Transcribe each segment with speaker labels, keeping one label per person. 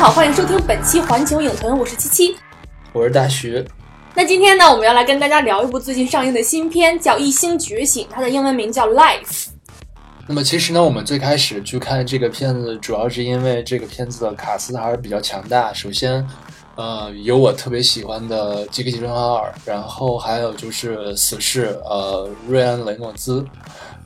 Speaker 1: 好，欢迎收听本期环球影屯，我是七七。
Speaker 2: 我是大徐，
Speaker 1: 那今天呢，我们要来跟大家聊一部最近上映的新片，叫《一星觉醒》，它的英文名叫《Life》。
Speaker 2: 那么其实呢，我们最开始去看这个片子，主要是因为这个片子的卡斯还是比较强大。首先，呃，有我特别喜欢的杰克·吉伦哈尔，然后还有就是死侍，呃，瑞安·雷诺兹，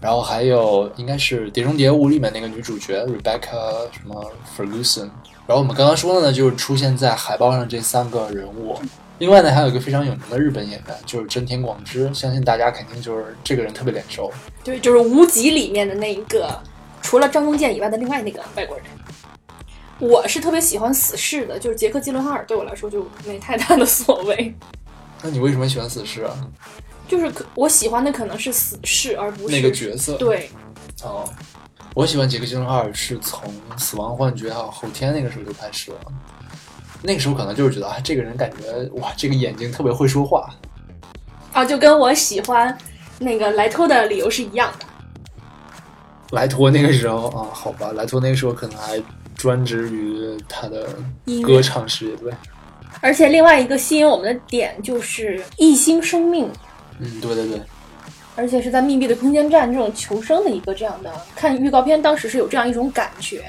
Speaker 2: 然后还有应该是《碟中谍物》里面那个女主角 Rebecca 什么 Ferguson。然后我们刚刚说的呢，就是出现在海报上这三个人物。另外呢，还有一个非常有名的日本演员，就是真田广之，相信大家肯定就是这个人特别脸熟。
Speaker 1: 对，就是《无极》里面的那一个，除了张中健以外的另外那个外国人。我是特别喜欢死侍的，就是杰克·基伦哈尔对我来说就没太大的所谓，
Speaker 2: 那你为什么喜欢死侍啊？
Speaker 1: 就是可我喜欢的可能是死侍，而不是
Speaker 2: 那个角色。
Speaker 1: 对，
Speaker 2: 哦，我喜欢杰克·吉伦哈尔是从《死亡幻觉》还有《后天》那个时候就开始了。那个时候可能就是觉得啊，这个人感觉哇，这个眼睛特别会说话。
Speaker 1: 啊，就跟我喜欢那个莱托的理由是一样的。
Speaker 2: 莱托那个时候啊，好吧，莱托那个时候可能还专职于他的
Speaker 1: 音乐
Speaker 2: 歌唱事业，对，
Speaker 1: 而且另外一个吸引我们的点就是一星生命，
Speaker 2: 嗯，对对对，
Speaker 1: 而且是在密闭的空间站这种求生的一个这样的，看预告片当时是有这样一种感觉，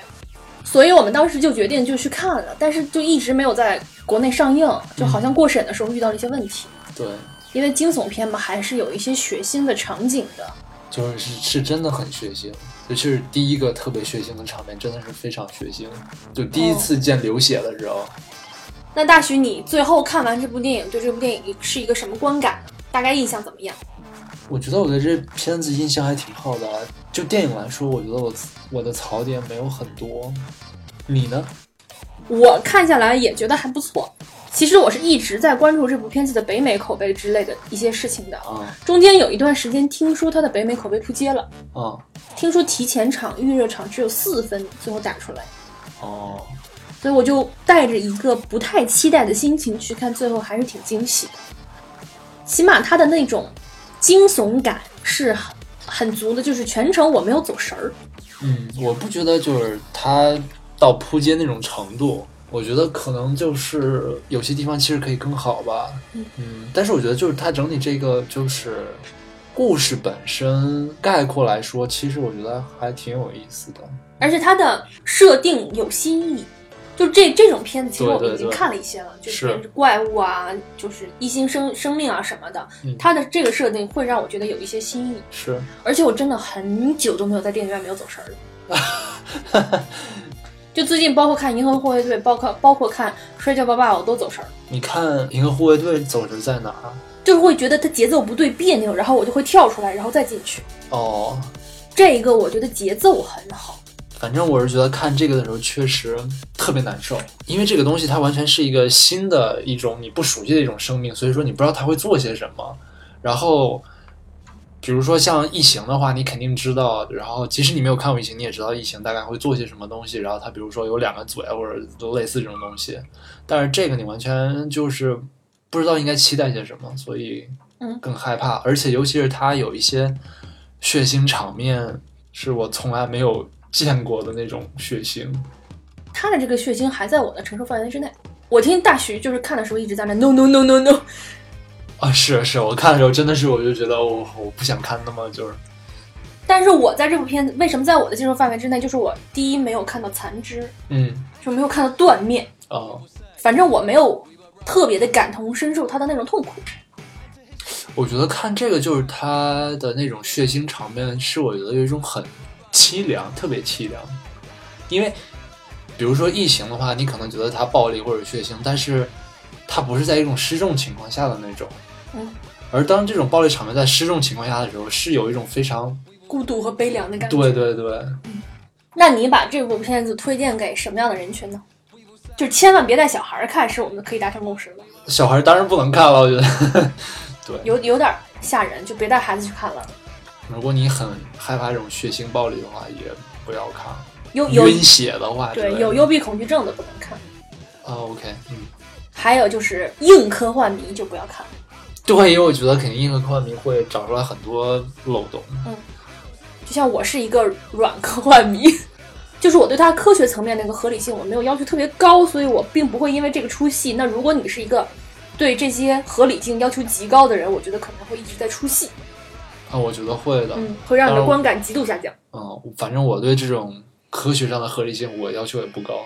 Speaker 1: 所以我们当时就决定就去看了，但是就一直没有在国内上映，就好像过审的时候遇到了一些问题，
Speaker 2: 对，
Speaker 1: 因为惊悚片嘛还是有一些血腥的场景的，
Speaker 2: 就是是是真的很血腥，就是第一个特别血腥的场面，真的是非常血腥，就第一次见流血的时候。
Speaker 1: 那大徐，你最后看完这部电影，对这部电影是一个什么观感呢？大概印象怎么样？
Speaker 2: 我觉得我对这片子印象还挺好的啊，就电影来说，我觉得我我的槽点没有很多。你呢？
Speaker 1: 我看下来也觉得还不错。其实我是一直在关注这部片子的北美口碑之类的一些事情的。
Speaker 2: 啊
Speaker 1: 中间有一段时间，听说它的北美口碑扑街了，
Speaker 2: 啊
Speaker 1: 听说提前场、预热场只有四分，最后打出来，
Speaker 2: 哦，
Speaker 1: 所以我就带着一个不太期待的心情去看，最后还是挺惊喜的。起码它的那种惊悚感是很很足的，就是全程我没有走神儿。
Speaker 2: 嗯，我不觉得就是它到扑街那种程度，我觉得可能就是有些地方其实可以更好吧。
Speaker 1: 嗯
Speaker 2: 嗯，但是我觉得就是它整体这个就是故事本身概括来说，其实我觉得还挺有意思的。
Speaker 1: 而且它的设定有新意。就这这种片子，其实
Speaker 2: 对
Speaker 1: 我们
Speaker 2: 对
Speaker 1: 已经
Speaker 2: 对
Speaker 1: 看了一些了，就是是怪物啊，就是一星生生命啊什么的
Speaker 2: 嗯，
Speaker 1: 它的这个设定会让我觉得有一些新意。
Speaker 2: 是，
Speaker 1: 而且我真的很久都没有在电影院没有走神儿了。 就最近包括看《银河护卫队》，包括包括看《摔跤吧爸爸》，我都走神儿，
Speaker 2: 你看《银河护卫队》走神在哪儿啊？
Speaker 1: 就是会觉得它节奏不对别扭，然后我就会跳出来，然后再进去。
Speaker 2: 哦，
Speaker 1: 这一个我觉得节奏很好，
Speaker 2: 反正我是觉得看这个的时候确实特别难受，因为这个东西它完全是一个新的一种你不熟悉的一种生命，所以说你不知道它会做些什么。然后，比如说像《异形》的话，你肯定知道，然后即使你没有看过《异形》，你也知道《异形》大概会做些什么东西。然后它比如说有两个嘴啊或者类似这种东西，但是这个你完全就是不知道应该期待些什么，所以
Speaker 1: 嗯
Speaker 2: 更害怕。而且尤其是它有一些血腥场面，是我从来没有见过的那种血腥。
Speaker 1: 他的这个血腥还在我的承受范围之内。我听大徐就是看的时候一直在那 no no no no no，
Speaker 2: 啊，是是，我看的时候真的是，我就觉得我我不想看那么就是，
Speaker 1: 但是我在这部片子为什么在我的接受范围之内？就是我第一没有看到残肢，
Speaker 2: 嗯，
Speaker 1: 就没有看到断面，
Speaker 2: 哦，
Speaker 1: 反正我没有特别的感同身受他的那种痛苦。
Speaker 2: 我觉得看这个就是它的那种血腥场面，是我觉得有一种很凄凉，特别凄凉。因为比如说异形的话，你可能觉得它暴力或者血腥，但是它不是在一种失重情况下的那种。
Speaker 1: 嗯。
Speaker 2: 而当这种暴力场面在失重情况下的时候，是有一种非常
Speaker 1: 孤独和悲凉的感觉。
Speaker 2: 对对对，
Speaker 1: 那你把这部片子推荐给什么样的人群呢？就千万别带小孩儿看，是我们可以达成共识的。
Speaker 2: 小孩当然不能看了，我觉得。
Speaker 1: 有有点吓人，就别带孩子去看了。
Speaker 2: 如果你很害怕这种血腥暴力的话，也不要看。
Speaker 1: 有有
Speaker 2: 晕血的话，
Speaker 1: 对有幽闭恐惧症的不能看，
Speaker 2: 啊、o k 嗯，
Speaker 1: 还有就是硬科幻迷就不要看。
Speaker 2: 对，因为我觉得肯定硬核科幻迷会找出来很多漏洞。
Speaker 1: 就像我是一个软科幻迷， 就是我对它科学层面那个合理性我没有要求特别高，所以我并不会因为这个出戏。那如果你是一个对这些合理性要求极高的人，我觉得可能会一直在出戏，
Speaker 2: 啊，我觉得会的。
Speaker 1: 嗯，会让你的观感极度下降。
Speaker 2: 嗯，反正我对这种科学上的合理性，我要求也不高。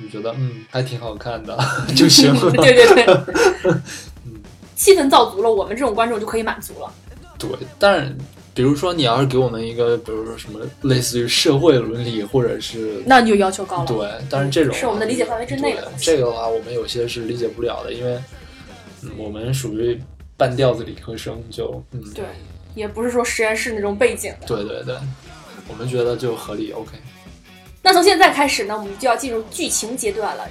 Speaker 2: 我觉得嗯，还挺好看的 就行了。
Speaker 1: 对对对，气氛造足了，我们这种观众就可以满足了。
Speaker 2: 对，但是比如说你要是给我们一个，比如说什么类似于社会伦理或者是
Speaker 1: 那你就要求高了。
Speaker 2: 对，但是这种
Speaker 1: 嗯
Speaker 2: 啊
Speaker 1: 是我们的理解范围之内的
Speaker 2: 对
Speaker 1: 东西
Speaker 2: 这个的话，我们有些是理解不了的，因为、嗯我们属于半吊子理科生，就嗯，
Speaker 1: 对，也不是说实验室那种背景的。
Speaker 2: 对对对，我们觉得就合理，OK。
Speaker 1: 那从现在开始呢，我们就要进入剧情阶段了，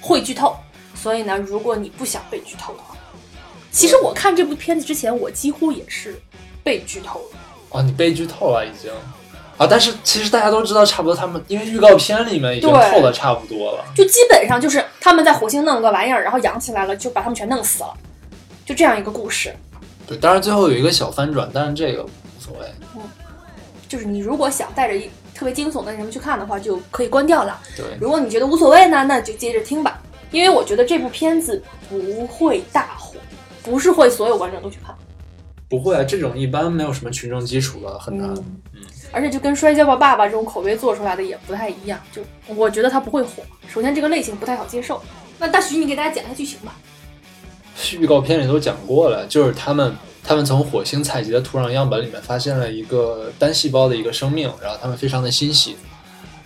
Speaker 1: 会剧透。所以呢，如果你不想被剧透的话，其实我看这部片子之前，我几乎也是被剧透了。
Speaker 2: 哦，你被剧透了已经啊！但是其实大家都知道，差不多他们因为预告片里面已经
Speaker 1: 对
Speaker 2: 透的差不多了。
Speaker 1: 就基本上就是他们在火星弄了个玩意儿，然后养起来了，就把他们全弄死了，就这样一个故事。
Speaker 2: 对，当然最后有一个小翻转，但是这个无所谓。
Speaker 1: 就是你如果想带着一特别惊悚的什么去看的话，就可以关掉了。
Speaker 2: 对，
Speaker 1: 如果你觉得无所谓呢，那就接着听吧，因为我觉得这部片子不会大火，不是会所有观众都去看。
Speaker 2: 不会啊，这种一般没有什么群众基础的，很难。
Speaker 1: 嗯，而且就跟《摔跤吧，爸爸》这种口碑做出来的也不太一样，就我觉得它不会火。首先，这个类型不太好接受。那大徐，你给大家讲一下剧情吧。
Speaker 2: 预告片里都讲过了，就是他们他们从火星采集的土壤样本里面发现了一个单细胞的一个生命，然后他们非常的欣喜。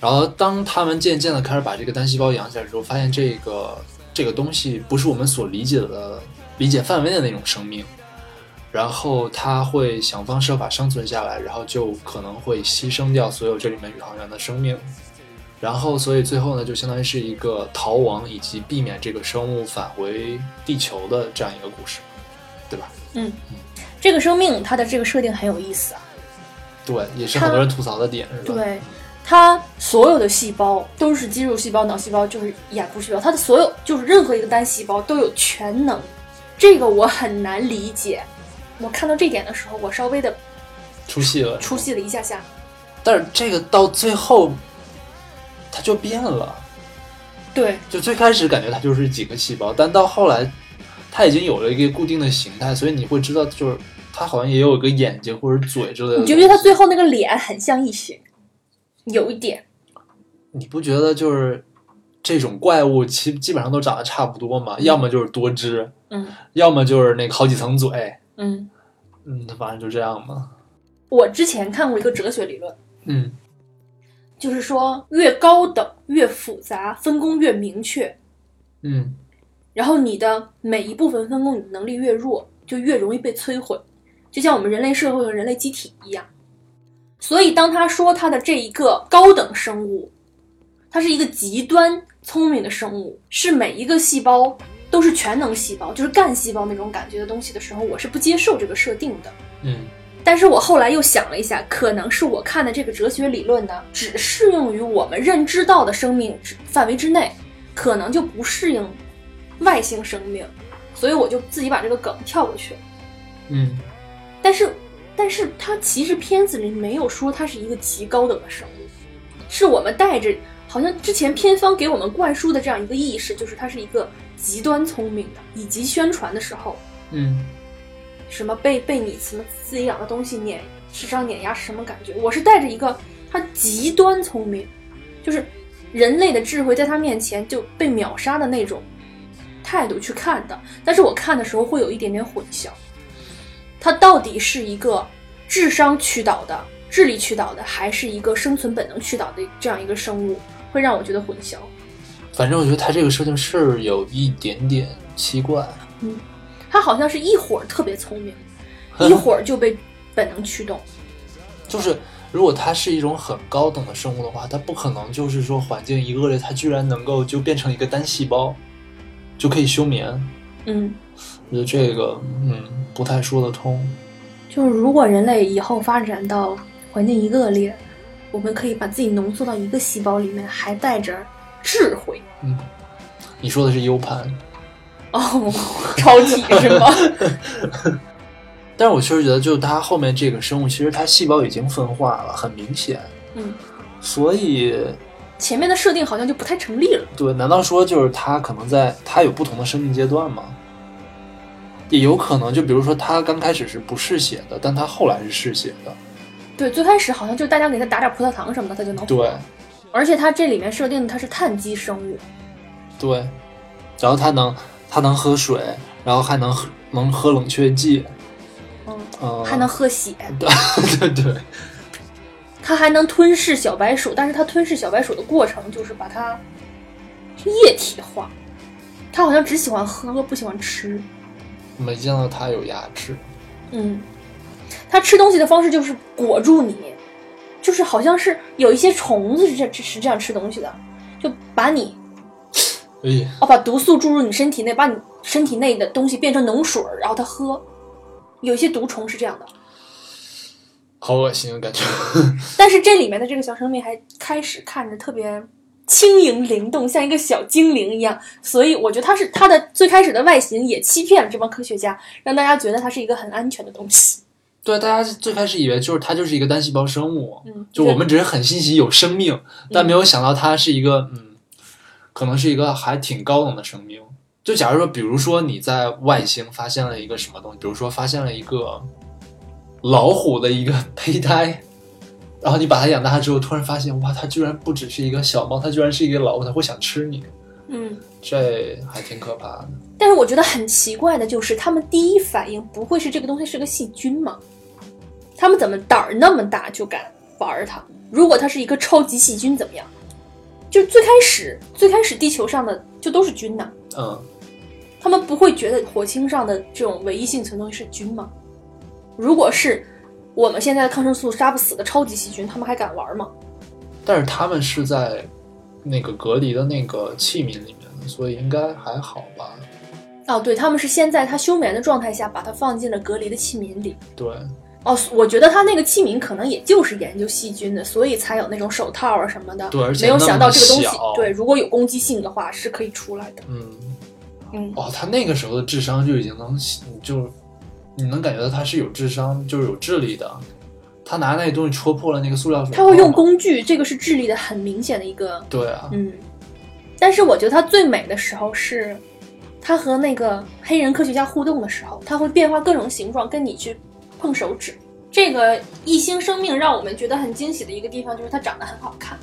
Speaker 2: 然后当他们渐渐的开始把这个单细胞养起来之后，发现这个这个东西不是我们所理解的理解范围的那种生命，然后他会想方设法生存下来，然后就可能会牺牲掉所有这里面宇航员的生命。然后，所以最后呢，就相当于是一个逃亡以及避免这个生物返回地球的这样一个故事，对吧？
Speaker 1: 这个生命它的这个设定很有意思啊，
Speaker 2: 对，也是很多人吐槽的点，是吧？
Speaker 1: 对，它所有的细胞都是肌肉细胞、脑细胞，就是眼部细胞，它的所有就是任何一个单细胞都有全能，这个我很难理解。我看到这点的时候，我稍微的
Speaker 2: 出戏了。
Speaker 1: 出戏了一下下，
Speaker 2: 但是这个到最后，它就变了。
Speaker 1: 对，
Speaker 2: 就最开始感觉它就是几个细胞，但到后来，它已经有了一个固定的形态，所以你会知道，就是它好像也有一个眼睛或者嘴之类的。
Speaker 1: 你觉不觉得他最后那个脸很像异形？有一点，
Speaker 2: 你不觉得就是这种怪物基基本上都长得差不多吗？要么就是多只，
Speaker 1: 嗯
Speaker 2: 要么就是那个好几层嘴，
Speaker 1: 嗯。
Speaker 2: 嗯，反正就这样嘛。
Speaker 1: 我之前看过一个哲学理论，
Speaker 2: 嗯，
Speaker 1: 就是说越高等、越复杂，分工越明确，
Speaker 2: 嗯，
Speaker 1: 然后你的每一部分分工你的能力越弱，就越容易被摧毁，就像我们人类社会和人类机体一样。所以，当他说他的这一个高等生物，它是一个极端聪明的生物，是每一个细胞都是全能细胞，就是干细胞那种感觉的东西的时候，我是不接受这个设定的。
Speaker 2: 嗯，
Speaker 1: 但是我后来又想了一下，可能是我看的这个哲学理论呢，只适用于我们认知到的生命之范围之内，可能就不适应外星生命，所以我就自己把这个梗跳过去了。
Speaker 2: 嗯，
Speaker 1: 但是，但是它其实片子里没有说它是一个极高等的生物，是我们带着好像之前片方给我们灌输的这样一个意识，就是它是一个极端聪明的，以及宣传的时候
Speaker 2: 嗯，
Speaker 1: 什么被被你什么自己养的东西碾智商碾压是什么感觉？我是带着一个他极端聪明，就是人类的智慧在他面前就被秒杀的那种态度去看的。但是我看的时候会有一点点混淆，他到底是一个智商驱导的、智力驱导的，还是一个生存本能驱导的这样一个生物，会让我觉得混淆。
Speaker 2: 反正我觉得它这个设定是有一点点奇怪，
Speaker 1: 他好像是一会儿特别聪明，一会儿就被本能驱动。
Speaker 2: 就是如果它是一种很高等的生物的话，它不可能就是说环境一恶劣，它居然能够就变成一个单细胞，就可以休眠。
Speaker 1: 嗯。
Speaker 2: 我觉得这个，嗯，不太说得通。
Speaker 1: 就是如果人类以后发展到环境一个恶劣，我们可以把自己浓缩到一个细胞里面，还带着智慧
Speaker 2: 嗯，你说的是 U 盘。
Speaker 1: 哦，超体是吗？
Speaker 2: 但是我确实觉得，就它后面这个生物，其实它细胞已经分化了，很明显。
Speaker 1: 嗯，
Speaker 2: 所以
Speaker 1: 前面的设定好像就不太成立了。
Speaker 2: 对，难道说就是他可能在他有不同的生命阶段吗？也有可能，就比如说他刚开始是不嗜血的，但他后来是嗜血的。
Speaker 1: 对，最开始好像就是大家给他打点葡萄糖什么的，他就能。
Speaker 2: 对，
Speaker 1: 而且他这里面设定的他是碳基生物，
Speaker 2: 对，然后他能他能喝水，然后还能喝能喝冷却剂，
Speaker 1: 嗯，
Speaker 2: 呃，
Speaker 1: 还能喝血，
Speaker 2: 对对
Speaker 1: 他还能吞噬小白鼠，但是他吞噬小白鼠的过程就是把它液体化。他好像只喜欢喝，不喜欢吃。
Speaker 2: 没见到他有牙齿。
Speaker 1: 嗯，它吃东西的方式就是裹住你，就是好像是有一些虫子是这是这样吃东西的，就把你
Speaker 2: 哎呀，
Speaker 1: 哦把毒素注入你身体内，把你身体内的东西变成脓水儿，然后它喝。有一些毒虫是这样的，
Speaker 2: 好恶心啊，感觉。
Speaker 1: 但是这里面的这个小生命还开始看着特别轻盈灵动，像一个小精灵一样，所以我觉得它是它的最开始的外形也欺骗了这帮科学家，让大家觉得它是一个很安全的东西。
Speaker 2: 对，大家最开始以为就是它就是一个单细胞生物，
Speaker 1: 嗯，
Speaker 2: 就我们只是嗯很欣喜有生命，但没有想到它是一个嗯，可能是一个还挺高冷的生命。就假如说，比如说你在外星发现了一个什么东西，比如说发现了一个老虎的一个 胚胎，然后你把它养大之后，突然发现哇，它居然不只是一个小猫，它居然是一个老虎，它会想吃你，
Speaker 1: 嗯。
Speaker 2: 这还挺可怕的。
Speaker 1: 但是我觉得很奇怪的就是，他们第一反应不会是这个东西是个细菌吗？他们怎么胆儿那么大就敢玩它？如果它是一个超级细菌怎么样？就最开始最开始地球上的就都是菌呐、
Speaker 2: 嗯，
Speaker 1: 他们不会觉得火星上的这种唯一幸存东西是菌吗？如果是我们现在的抗生素杀不死的超级细菌，他们还敢玩吗？
Speaker 2: 但是他们是在那个隔离的那个器皿里面的，所以应该还好吧？
Speaker 1: 哦，对，他们是先在它休眠的状态下把它放进了隔离的器皿里，
Speaker 2: 对，
Speaker 1: 哦，我觉得他那个器皿可能也就是研究细菌的，所以才有那种手套啊什么的。
Speaker 2: 对而且
Speaker 1: 没有想到这个东西
Speaker 2: 那么小，
Speaker 1: 对，如果有攻击性的话是可以出来的。
Speaker 2: 嗯，
Speaker 1: 嗯，
Speaker 2: 哦，他那个时候的智商就已经能，就你能感觉到他是有智商，就是有智力的。他拿那个东西戳破了那个塑料手套，
Speaker 1: 他会用工具，这个是智力的很明显的一个，
Speaker 2: 对啊，
Speaker 1: 嗯。但是我觉得他最美的时候是，他和那个黑人科学家互动的时候，他会变化各种形状，跟你去碰手指。这个异星生命让我们觉得很惊喜的一个地方就是它长得很好看，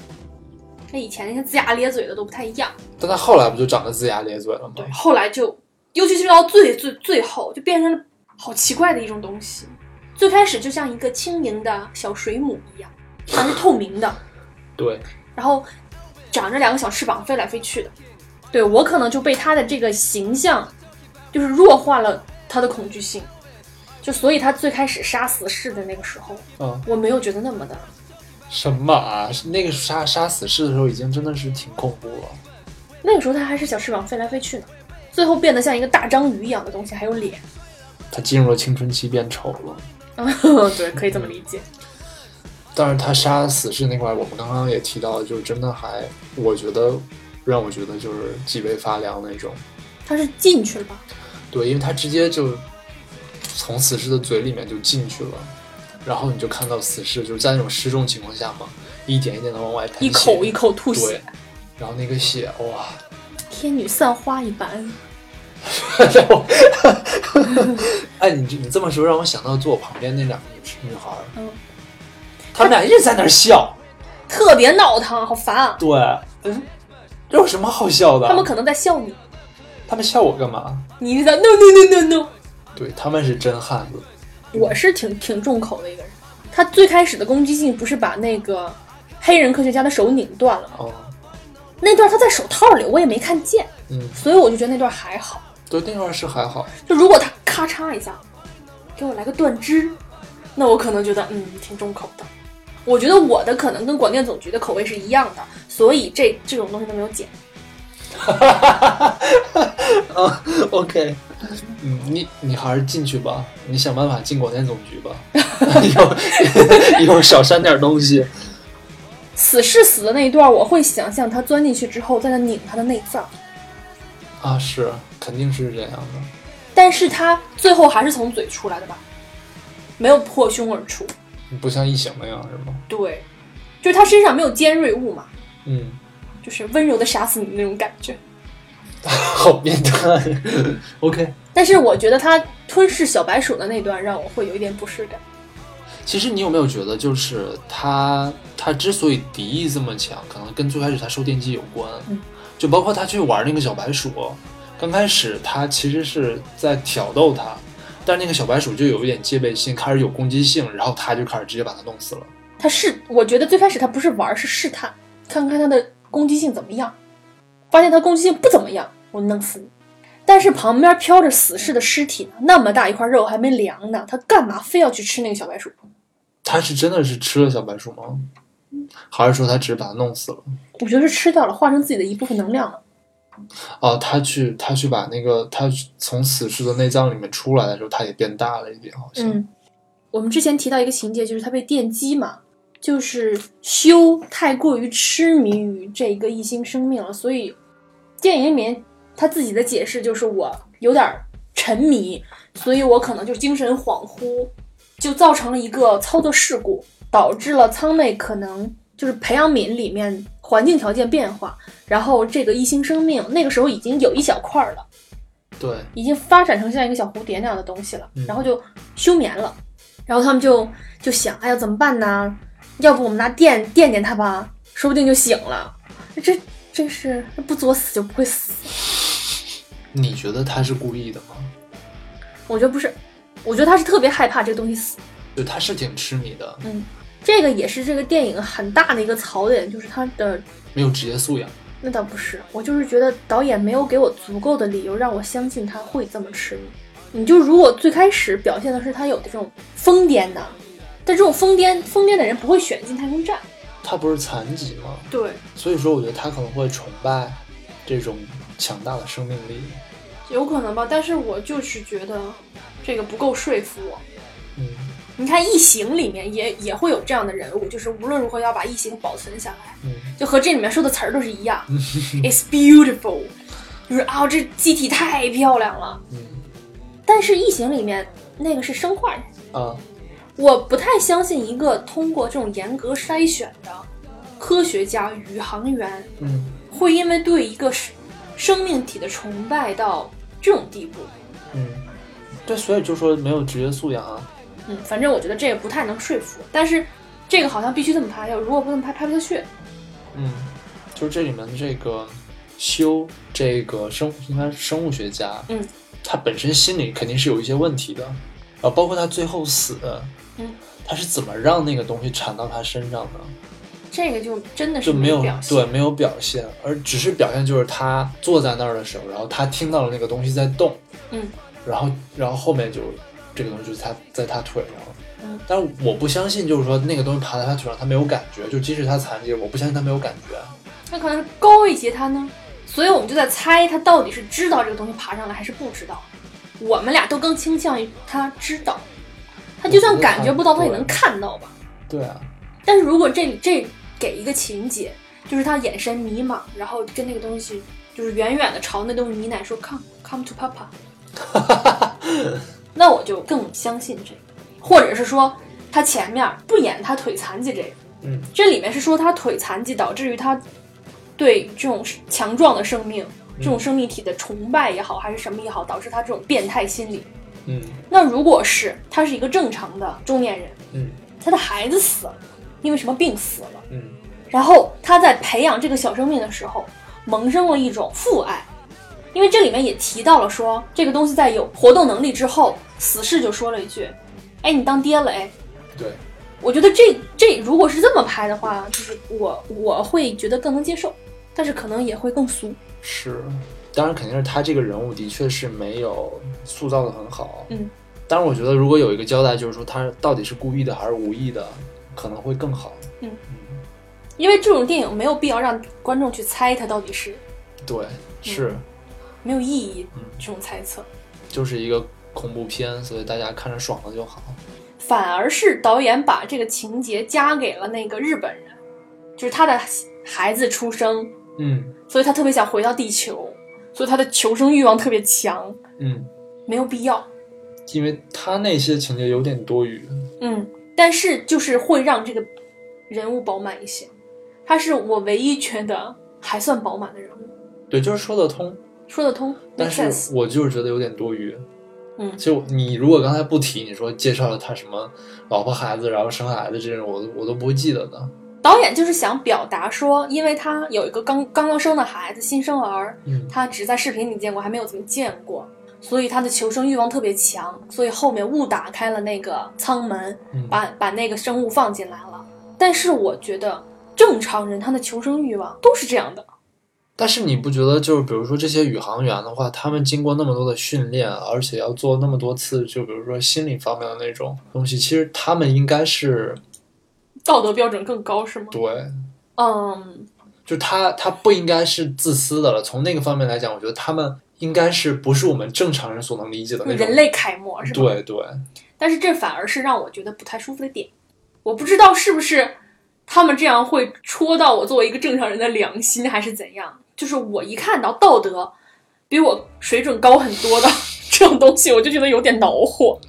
Speaker 1: 跟以前那些龇牙咧嘴的都不太一样。
Speaker 2: 但他后来不就长得龇牙咧嘴了吗？
Speaker 1: 对，后来就，尤其是到最最最后，就变成了好奇怪的一种东西。最开始就像一个轻盈的小水母一样，它是透明的，
Speaker 2: 对，
Speaker 1: 然后长着两个小翅膀飞来飞去的。对我可能就被它的这个形象，就是弱化了它的恐惧性，就所以它最开始杀死士的那个时候，
Speaker 2: 嗯，
Speaker 1: 我没有觉得那么的。
Speaker 2: 什么啊？那个杀杀死士的时候已经真的是挺恐怖了。
Speaker 1: 那个时候它还是小翅膀飞来飞去呢，最后变得像一个大章鱼一样的东西，还有脸。
Speaker 2: 他进入了青春期变丑了，
Speaker 1: 对，可以这么理解。
Speaker 2: 但是他杀死士那块儿，我们刚刚也提到，就真的还，我觉得让我觉得就是脊背发凉那种。
Speaker 1: 它是进去了吧？
Speaker 2: 对，因为他直接就从死士的嘴里面就进去了，然后你就看到死士就是在那种失重情况下嘛，一点一点的往外喷血，
Speaker 1: 一口一口吐
Speaker 2: 对
Speaker 1: 血，，
Speaker 2: 然后那个血 哇，
Speaker 1: 天女散花一般。
Speaker 2: 哎，你这你这么说让我想到坐我旁边那两个女女孩儿，
Speaker 1: 嗯，
Speaker 2: 她们俩一直在那儿笑，
Speaker 1: 特别闹腾，好烦啊！
Speaker 2: 对，嗯，这有什么好笑的？
Speaker 1: 他们可能在笑你，
Speaker 2: 他们笑我干嘛？
Speaker 1: 你一直在 no no no no no。
Speaker 2: 对，他们是真汉子，
Speaker 1: 我是挺挺重口的一个人。他最开始的攻击性不是把那个黑人科学家的手拧断了吗？
Speaker 2: 哦，
Speaker 1: 那段他在手套里，我也没看见，
Speaker 2: 嗯，
Speaker 1: 所以我就觉得那段还好。
Speaker 2: 对，那块儿是还好，
Speaker 1: 就如果他咔嚓一下，给我来个断肢，那我可能觉得嗯挺重口的。我觉得我的可能跟广电总局的口味是一样的，所以这这种东西都没有剪。
Speaker 2: 啊，OK，嗯，你你还是进去吧，你想办法进广电总局吧， 以后 以后少删点东西。
Speaker 1: 死是死的那一段，我会想象他钻进去之后在那拧他的内脏，
Speaker 2: 啊，是，肯定是这样的。
Speaker 1: 但是他最后还是从嘴出来的吧，没有破胸而出。
Speaker 2: 不像异形那样是吗？
Speaker 1: 对，就是他身上没有尖锐物嘛，
Speaker 3: 嗯，
Speaker 1: 就是温柔的杀死你的那种感觉。
Speaker 3: 好变 态。OK，
Speaker 1: 但是我觉得他吞噬小白鼠的那段让我会有一点不适感。
Speaker 2: 其实你有没有觉得，就是他他之所以敌意这么强，可能跟最开始他收电击有关，
Speaker 1: 嗯
Speaker 2: 就包括他去玩那个小白鼠，刚开始他其实是在挑逗他，但是那个小白鼠就有一点戒备心，开始有攻击性，然后他就开始直接把它弄死了。
Speaker 1: 他是，我觉得最开始他不是玩儿，是试探，看看他的攻击性怎么样。发现他攻击性不怎么样，我弄死你。但是旁边飘着死士的尸体呢，那么大一块肉还没凉呢，他干嘛非要去吃那个小白鼠？
Speaker 2: 他是真的是吃了小白鼠吗？还是说他只是把它弄死了？
Speaker 1: 我觉得是吃掉了，化成自己的一部分能量了。
Speaker 2: 哦、他去他去把那个他从死士的内脏里面出来的时候，他也变大了一点，好像。
Speaker 1: 嗯，我们之前提到一个情节，就是他被电击嘛，就是修太过于痴迷于这一个一星生命了，所以电影里面他自己的解释就是我有点儿沉迷，所以我可能就精神恍惚，就造成了一个操作事故，导致了舱内可能就是培养皿里面环境条件变化，然后这个一星生命那个时候已经有一小块儿了。
Speaker 2: 对，
Speaker 1: 已经发展成像一个小蝴蝶那样的东西了
Speaker 2: 嗯，
Speaker 1: 然后就休眠了，然后他们就就想，哎呀怎么办呢？要不我们拿电电电它吧，说不定就醒了。这真是不作死就不会死，
Speaker 2: 你觉得他是故意的吗？
Speaker 1: 我觉得不是，我觉得他是特别害怕这个东西死。
Speaker 2: 就他是挺痴迷的，
Speaker 1: 嗯，这个也是这个电影很大的一个槽点，就是它的
Speaker 2: 没有职业素养。
Speaker 1: 那倒不是，我就是觉得导演没有给我足够的理由让我相信他会这么痴迷。你就如果最开始表现的是他有这种疯癫的，但这种疯癫疯癫的人不会选进太空站。
Speaker 2: 他不是残疾吗？
Speaker 1: 对，
Speaker 2: 所以说，我觉得他可能会崇拜这种强大的生命力。
Speaker 1: 有可能吧，但是我就是觉得这个不够说服我。
Speaker 2: 嗯，
Speaker 1: 你看《异形》里面也也会有这样的人物，就是无论如何要把异形保存下来，
Speaker 2: 嗯
Speaker 1: 就和这里面说的词儿都是一样，It's beautiful，就是啊、这机体太漂亮了。
Speaker 2: 嗯
Speaker 1: 但是《异形》里面那个是生化人，
Speaker 2: 啊，
Speaker 1: 我不太相信一个通过这种严格筛选的科学家、宇航员
Speaker 2: 嗯
Speaker 1: 会因为对一个生生命体的崇拜到这种地步。
Speaker 2: 嗯，对，所以就说没有职业素养啊。
Speaker 1: 嗯，反正我觉得这也不太能说服我。但是这个好像必须这么拍，要如果不这么拍，拍不下去。
Speaker 2: 嗯，就是这里面这个修这个生应该是生物学家，
Speaker 1: 嗯，
Speaker 2: 他本身心里肯定是有一些问题的，啊，包括他最后死，
Speaker 1: 嗯，
Speaker 2: 他是怎么让那个东西缠到他身上的？
Speaker 1: 这个就真的是
Speaker 2: 就没有
Speaker 1: 表现。
Speaker 2: 对没有表现，而只是表现就是他坐在那儿的时候，然后他听到了那个东西在动，
Speaker 1: 嗯，
Speaker 2: 然后然后后面就这个东西就是他在他腿上，
Speaker 1: 嗯，
Speaker 2: 但是我不相信就是说那个东西爬在他腿上他没有感觉，就即使他残疾，我不相信他没有感觉，
Speaker 1: 那可能是高位截瘫呢，所以我们就在猜他到底是知道这个东西爬上来还是不知道。我们俩都更倾向于他知道，他就算感觉不到，他也能看到吧。
Speaker 2: 对啊，
Speaker 1: 但是如果这这给一个情节，就是他眼神迷茫，然后跟那个东西就是远远的朝那东西呢喃说 “come come to papa”，那我就更相信这个，或者是说他前面不演他腿残疾这个，
Speaker 2: 嗯，
Speaker 1: 这里面是说他腿残疾导致于他对这种强壮的生命、这种生命体的崇拜也好，还是什么也好，导致他这种变态心理。
Speaker 2: 嗯
Speaker 1: 那如果是他是一个正常的中年人，
Speaker 2: 嗯
Speaker 1: 他的孩子死了，因为什么病死了，
Speaker 2: 嗯
Speaker 1: 然后他在培养这个小生命的时候，萌生了一种父爱，因为这里面也提到了说，这个东西在有活动能力之后，死士就说了一句：“哎，你当爹了哎。
Speaker 2: 对，”
Speaker 1: 我觉得这这如果是这么拍的话，就是我我会觉得更能接受，但是可能也会更俗。
Speaker 2: 是，当然肯定是他这个人物的确是没有塑造的很好，
Speaker 1: 嗯，
Speaker 2: 当然我觉得如果有一个交代，就是说他到底是故意的还是无意的，可能会更好，
Speaker 1: 嗯因为这种电影没有必要让观众去猜它到底是
Speaker 2: 对，
Speaker 1: 嗯
Speaker 2: 是。
Speaker 1: 没有意义这种猜测，
Speaker 2: 就是一个恐怖片，所以大家看着爽了就好。
Speaker 1: 反而是导演把这个情节加给了那个日本人，就是他的孩子出生
Speaker 2: 嗯
Speaker 1: 所以他特别想回到地球，所以他的求生欲望特别强，
Speaker 2: 嗯，
Speaker 1: 没有必要。
Speaker 2: 因为他那些情节有点多余。
Speaker 1: 嗯，但是就是会让这个人物饱满一些，他是我唯一觉得还算饱满的人物，
Speaker 2: 对，就是说得通。
Speaker 1: 说得通
Speaker 2: 但
Speaker 1: ，make
Speaker 2: 是
Speaker 1: sense。
Speaker 2: 我就是觉得有点多余。
Speaker 1: 嗯
Speaker 2: 其实我你如果刚才不提，你说介绍了他什么老婆孩子，然后生孩子这种，我都我都不会记得的。
Speaker 1: 导演就是想表达说，因为他有一个刚刚刚生的孩子，新生儿，
Speaker 2: 嗯，
Speaker 1: 他只在视频里见过，还没有怎么见过，所以他的求生欲望特别强，所以后面误打开了那个舱门，
Speaker 2: 嗯
Speaker 1: 把把那个生物放进来了。但是我觉得正常人他的求生欲望都是这样的，
Speaker 2: 但是你不觉得就是比如说这些宇航员的话，他们经过那么多的训练，而且要做那么多次，就比如说心理方面的那种东西，其实他们应该是
Speaker 1: 道德标准更高是吗？
Speaker 2: 对，
Speaker 1: 嗯，
Speaker 2: 就他他不应该是自私的了。从那个方面来讲，我觉得他们应该是不是我们正常人所能理解的那种
Speaker 1: 人。类楷模是吧？
Speaker 2: 对对，
Speaker 1: 但是这反而是让我觉得不太舒服的点。我不知道是不是他们这样会戳到我作为一个正常人的良心，还是怎样。就是我一看到道德比我水准高很多的 这种东西，我就觉得有点恼火。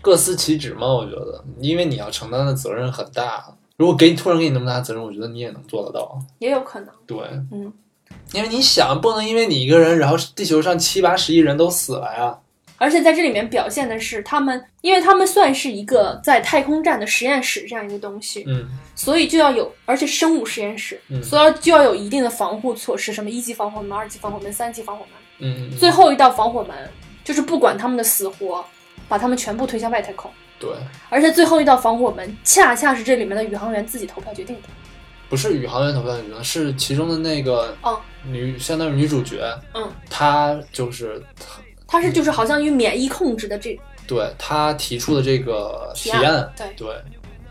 Speaker 2: 各司其职嘛，我觉得，因为你要承担的责任很大。如果给你突然给你那么大的责任，我觉得你也能做得到。
Speaker 1: 也有可能，
Speaker 2: 对，
Speaker 1: 嗯，
Speaker 2: 因为你想，不能因为你一个人，然后地球上七八十亿人都死了呀。
Speaker 1: 而且在这里面表现的是他们，因为他们算是一个在太空站的实验室这样一个东西，
Speaker 2: 嗯
Speaker 1: 所以就要有，而且生物实验室，
Speaker 2: 嗯
Speaker 1: 所以要就要有一定的防护措施，什么一级防火门、二级防火门、三级防火门。
Speaker 2: 嗯，嗯
Speaker 1: 最后一道防火门就是不管他们的死活，把他们全部推向外太空。
Speaker 2: 对，
Speaker 1: 而且最后一道防火门恰恰是这里面的宇航员自己投票决定的。
Speaker 2: 不是宇航员投票女生，是其中的那个
Speaker 1: 哦
Speaker 2: 女，相当于女主角，
Speaker 1: 嗯，
Speaker 2: 她就是
Speaker 1: 它是就是好像与免疫控制的这，
Speaker 2: 对她提出的这个提
Speaker 1: 提案
Speaker 2: 案，
Speaker 1: 对
Speaker 2: 对，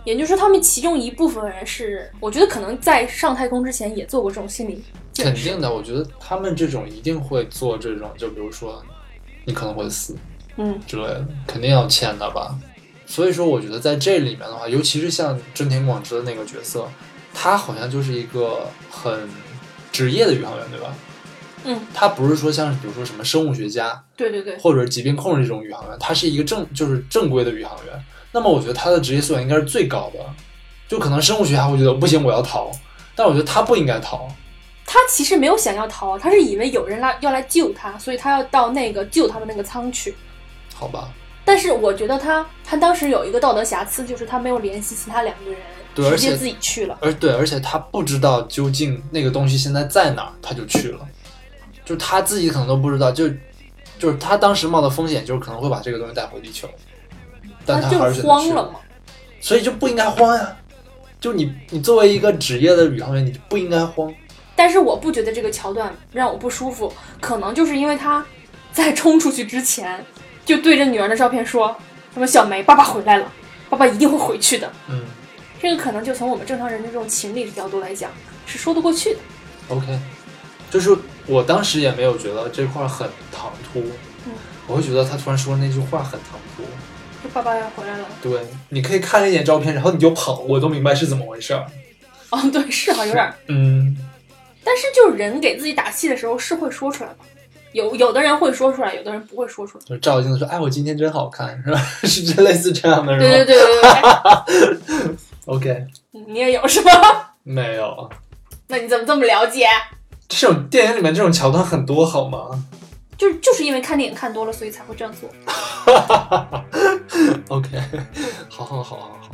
Speaker 1: 也就是说他们其中一部分人是，我觉得可能在上太空之前也做过这种心理
Speaker 2: 肯
Speaker 1: 建设。
Speaker 2: 定的，我觉得他们这种一定会做这种，就比如说你可能会死，
Speaker 1: 嗯，
Speaker 2: 之类的，肯定要欠的吧。所以说，我觉得在这里面的话，尤其是像真田广之的那个角色，他好像就是一个很职业的宇航员，对吧？
Speaker 1: 嗯，
Speaker 2: 他不是说像是比如说什么生物学家
Speaker 1: 对对对，
Speaker 2: 或者疾病控制这种宇航员，他是一个正就是正规的宇航员。那么我觉得他的职业素养应该是最高的，就可能生物学家会觉得不行，我要逃，但我觉得他不应该逃。
Speaker 1: 他其实没有想要逃，他是以为有人来要来救他，所以他要到那个救他们那个舱去。
Speaker 2: 好吧，
Speaker 1: 但是我觉得他他当时有一个道德瑕疵，就是他没有联系其他两个人，嗯
Speaker 2: 对而
Speaker 1: 直
Speaker 2: 且
Speaker 1: 接自己去了。
Speaker 2: 而对，而且他不知道究竟那个东西现在在哪儿，他就去了，就他自己可能都不知道，就就是他当时冒的风险就是可能会把这个东西带回地球，但他还
Speaker 1: 就是
Speaker 2: 选择
Speaker 1: 是慌
Speaker 2: 去
Speaker 1: 了嘛。
Speaker 2: 所以就不应该慌呀、就你你作为一个职业的宇航员，你就不应该慌。
Speaker 1: 但是我不觉得这个桥段让我不舒服，可能就是因为他在冲出去之前就对着女儿的照片说什么“小梅，爸爸回来了，爸爸一定会回去的
Speaker 2: 嗯”，
Speaker 1: 这个可能就从我们正常人的这种情理角度来讲是说得过去的。
Speaker 2: ，OK，就是我当时也没有觉得这块儿很唐突，
Speaker 1: 嗯
Speaker 2: 我会觉得他突然说那句话很唐突。
Speaker 1: 就爸爸要回来了。
Speaker 2: 对，你可以看了一眼照片，然后你就跑，我都明白是怎么回事儿。
Speaker 1: 哦，对，是哈、有点儿。
Speaker 2: 嗯。
Speaker 1: 但是就是人给自己打气的时候是会说出来吧？有有的人会说出来，有的人不会说出来。
Speaker 2: 就照镜子说：“哎，我今天真好看，是吧？” 是这类似这样的，是
Speaker 1: 对对
Speaker 2: 吗
Speaker 1: 对对对对
Speaker 2: ？OK，
Speaker 1: 你也有是吧？
Speaker 2: 没有
Speaker 1: 那你怎么这么了解？
Speaker 2: 这种电影里面这种桥段很多，好吗
Speaker 1: 就就是因为看电影看多了，所以才会这样做。
Speaker 2: ？OK，好好好好好，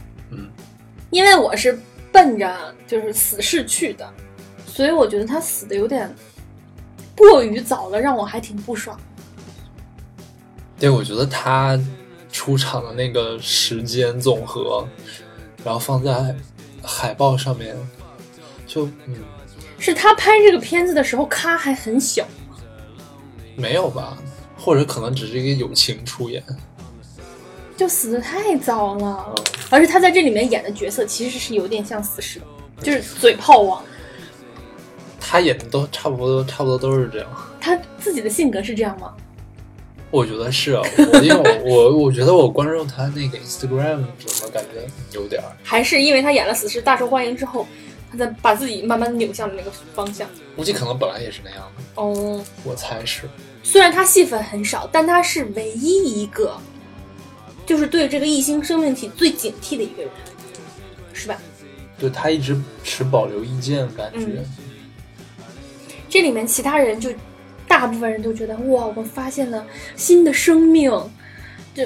Speaker 1: 因为我是奔着就是死士去的，所以我觉得他死的有点过于早了，让我还挺不爽。
Speaker 2: 对，我觉得他出场的那个时间总和，然后放在海报上面，就嗯，
Speaker 1: 是他拍这个片子的时候，咖还很小，
Speaker 2: 没有吧，或者可能只是一个友情出演，
Speaker 1: 就死的太早了。而且他在这里面演的角色其实是有点像死士的，就是嘴炮王，
Speaker 2: 他演的都差不多，差不多都是这样。
Speaker 1: 他自己的性格是这样吗？
Speaker 2: 我觉得是啊，我因为我 我我觉得我关注他那个 Instagram 怎么感觉有点儿，
Speaker 1: 还是因为他演了死士大受欢迎之后，他在把自己慢慢扭向了那个方向？
Speaker 2: 估计可能本来也是那样的，
Speaker 1: 哦、
Speaker 2: 我猜是。
Speaker 1: 虽然他戏份很少，但他是唯一一个，就是对这个异星生命体最警惕的一个人。是吧？
Speaker 2: 对他一直持保留意见，感觉、
Speaker 1: 这里面其他人就大部分人都觉得哇，我们发现了新的生命，就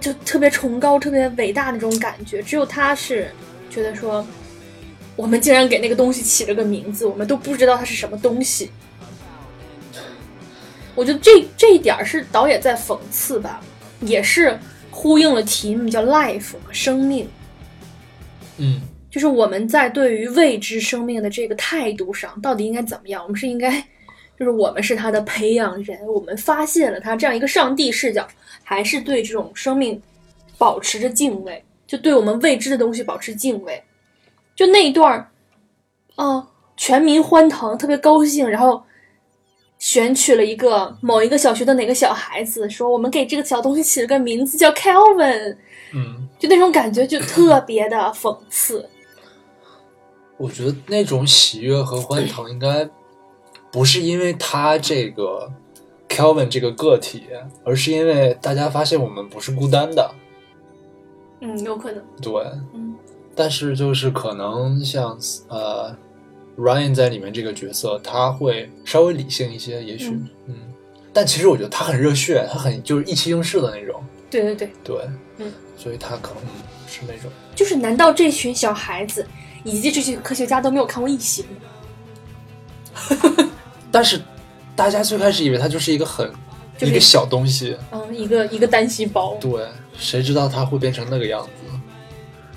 Speaker 1: 就特别崇高、特别伟大那种感觉。只有他是觉得说，我们竟然给那个东西起了个名字，我们都不知道它是什么东西。我觉得这这一点儿是导演在讽刺吧，也是呼应了题目叫 “life” 嘛，生命。
Speaker 2: 嗯，
Speaker 1: 就是我们在对于未知生命的这个态度上，到底应该怎么样？我们是应该，就是我们是他的培养人，我们发现了他这样一个上帝视角，还是对这种生命保持着敬畏，就对我们未知的东西保持敬畏？就那一段儿，嗯、全民欢腾，特别高兴，然后选取了一个某一个小学的哪个小孩子，说我们给这个小东西起了个名字叫 Calvin，
Speaker 2: 嗯，
Speaker 1: 就那种感觉就特别的讽刺。
Speaker 2: 我觉得那种喜悦和欢腾应该不是因为他这个 Kelvin 这个个体，而是因为大家发现我们不是孤单的，
Speaker 1: 嗯，有可能。
Speaker 2: 对，
Speaker 1: 嗯
Speaker 2: 但是就是可能像呃 Ryan 在里面这个角色，他会稍微理性一些，也许，
Speaker 1: 嗯
Speaker 2: 嗯但其实我觉得他很热血，他很就是意气用事的那种，，
Speaker 1: 对对对，
Speaker 2: 对，
Speaker 1: 嗯，
Speaker 2: 所以他可能是那种，
Speaker 1: 就是难道这群小孩子以及这些科学家都没有看过《异形》吗？嗯
Speaker 2: 但是大家最开始以为他就是一个很、
Speaker 1: 就是
Speaker 2: 一个小东西，
Speaker 1: 嗯，一个一个单细胞。
Speaker 2: 对，谁知道他会变成那个样子？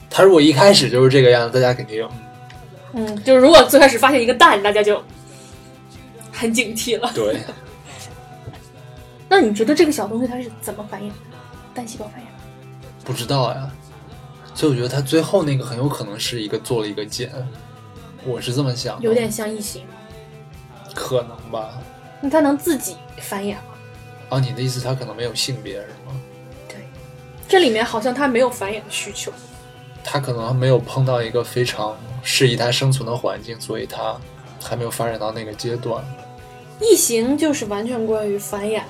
Speaker 2: 他如果一开始就是这个样子，大家肯定
Speaker 1: 嗯，就是如果最开始发现一个蛋，大家就很警惕了。
Speaker 2: 对。
Speaker 1: 那你觉得这个小东西它是怎么繁衍的？单细胞繁衍？
Speaker 2: 不知道呀，所以我觉得他最后那个很有可能是一个做了一个茧，我是这么想的，
Speaker 1: 有点像异形，
Speaker 2: 可能吧。
Speaker 1: 那它能自己繁衍吗？
Speaker 2: 啊，你的意思他可能没有性别是吗？
Speaker 1: 对，这里面好像它没有繁衍的需求。
Speaker 2: 他可能没有碰到一个非常适宜他生存的环境，所以他还没有发展到那个阶段。
Speaker 1: 异形就是完全关于繁衍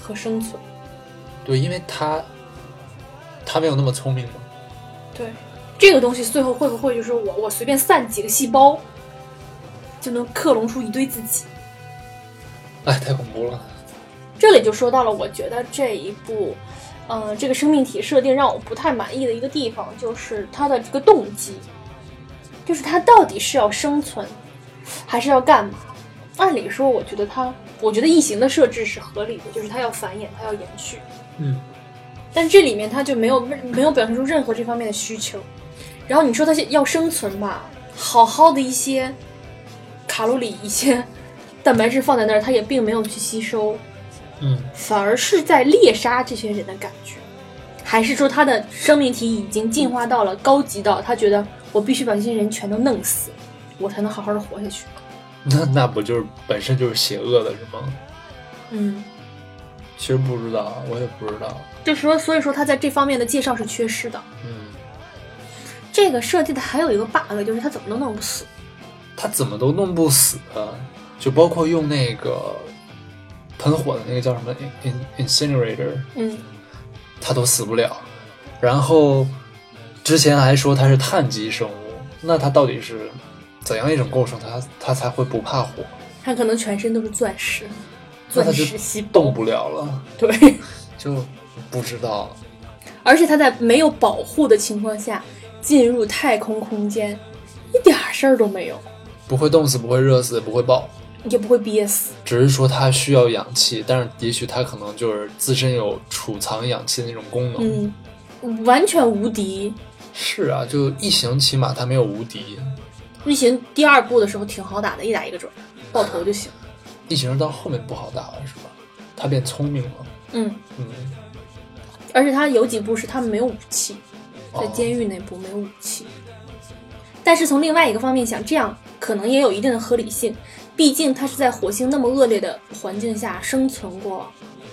Speaker 1: 和生存。
Speaker 2: 对，因为他他没有那么聪明嘛。
Speaker 1: 对，这个东西最后会不会就是我我随便散几个细胞，就能克隆出一堆自己？
Speaker 2: 哎，太恐怖了。
Speaker 1: 这里就说到了，我觉得这一部，呃，这个生命体设定让我不太满意的一个地方，就是它的这个动机，就是它到底是要生存，还是要干嘛？按理说，我觉得它，我觉得异形的设置是合理的，就是它要繁衍，它要延续。
Speaker 2: 嗯，
Speaker 1: 但这里面他就没有没有表现出任何这方面的需求。然后你说他要生存吧，好好的一些卡路里、一些蛋白质放在那儿，他也并没有去吸收，
Speaker 2: 嗯，
Speaker 1: 反而是在猎杀这些人的感觉。还是说他的生命体已经进化到了高级到他觉得我必须把这些人全都弄死，我才能好好的活下去？
Speaker 2: 那那不就是本身就是邪恶的是吗？
Speaker 1: 嗯，
Speaker 2: 其实不知道，我也不知道。
Speaker 1: 就说所以说他在这方面的介绍是缺失的。
Speaker 2: 嗯，
Speaker 1: 这个设计的还有一个 bug 就是他怎么都弄不死。
Speaker 2: 他怎么都弄不死，啊就包括用那个喷火的那个叫什么 in in- incinerator，
Speaker 1: 嗯，
Speaker 2: 他都死不了。然后之前还说他是碳基生物，那他到底是怎样一种构成，他他才会不怕火？
Speaker 1: 他可能全身都是钻石，
Speaker 2: 那他
Speaker 1: 钻
Speaker 2: 就
Speaker 1: 石细
Speaker 2: 动
Speaker 1: 胞。
Speaker 2: 不了了，
Speaker 1: 对，
Speaker 2: 就不知道。
Speaker 1: 而且他在没有保护的情况下进入太空空间，一点儿事儿都没有，
Speaker 2: 不会冻死，不会热死，不会爆，
Speaker 1: 也不会憋死。
Speaker 2: 只是说它需要氧气，但是也许它可能就是自身有储藏氧气的那种功能。
Speaker 1: 嗯，完全无敌。
Speaker 2: 是啊，就异形起码它没有无敌，
Speaker 1: 异形第二部的时候挺好打的，一打一个准儿，爆头就行。
Speaker 2: 异形是到后面不好打了是吧？它变聪明了，
Speaker 1: 嗯，
Speaker 2: 嗯，
Speaker 1: 而且他有几部是他们没有武器，在
Speaker 2: 哦
Speaker 1: 监狱内部没有武器。但是从另外一个方面想，这样可能也有一定的合理性，毕竟他是在火星那么恶劣的环境下生存过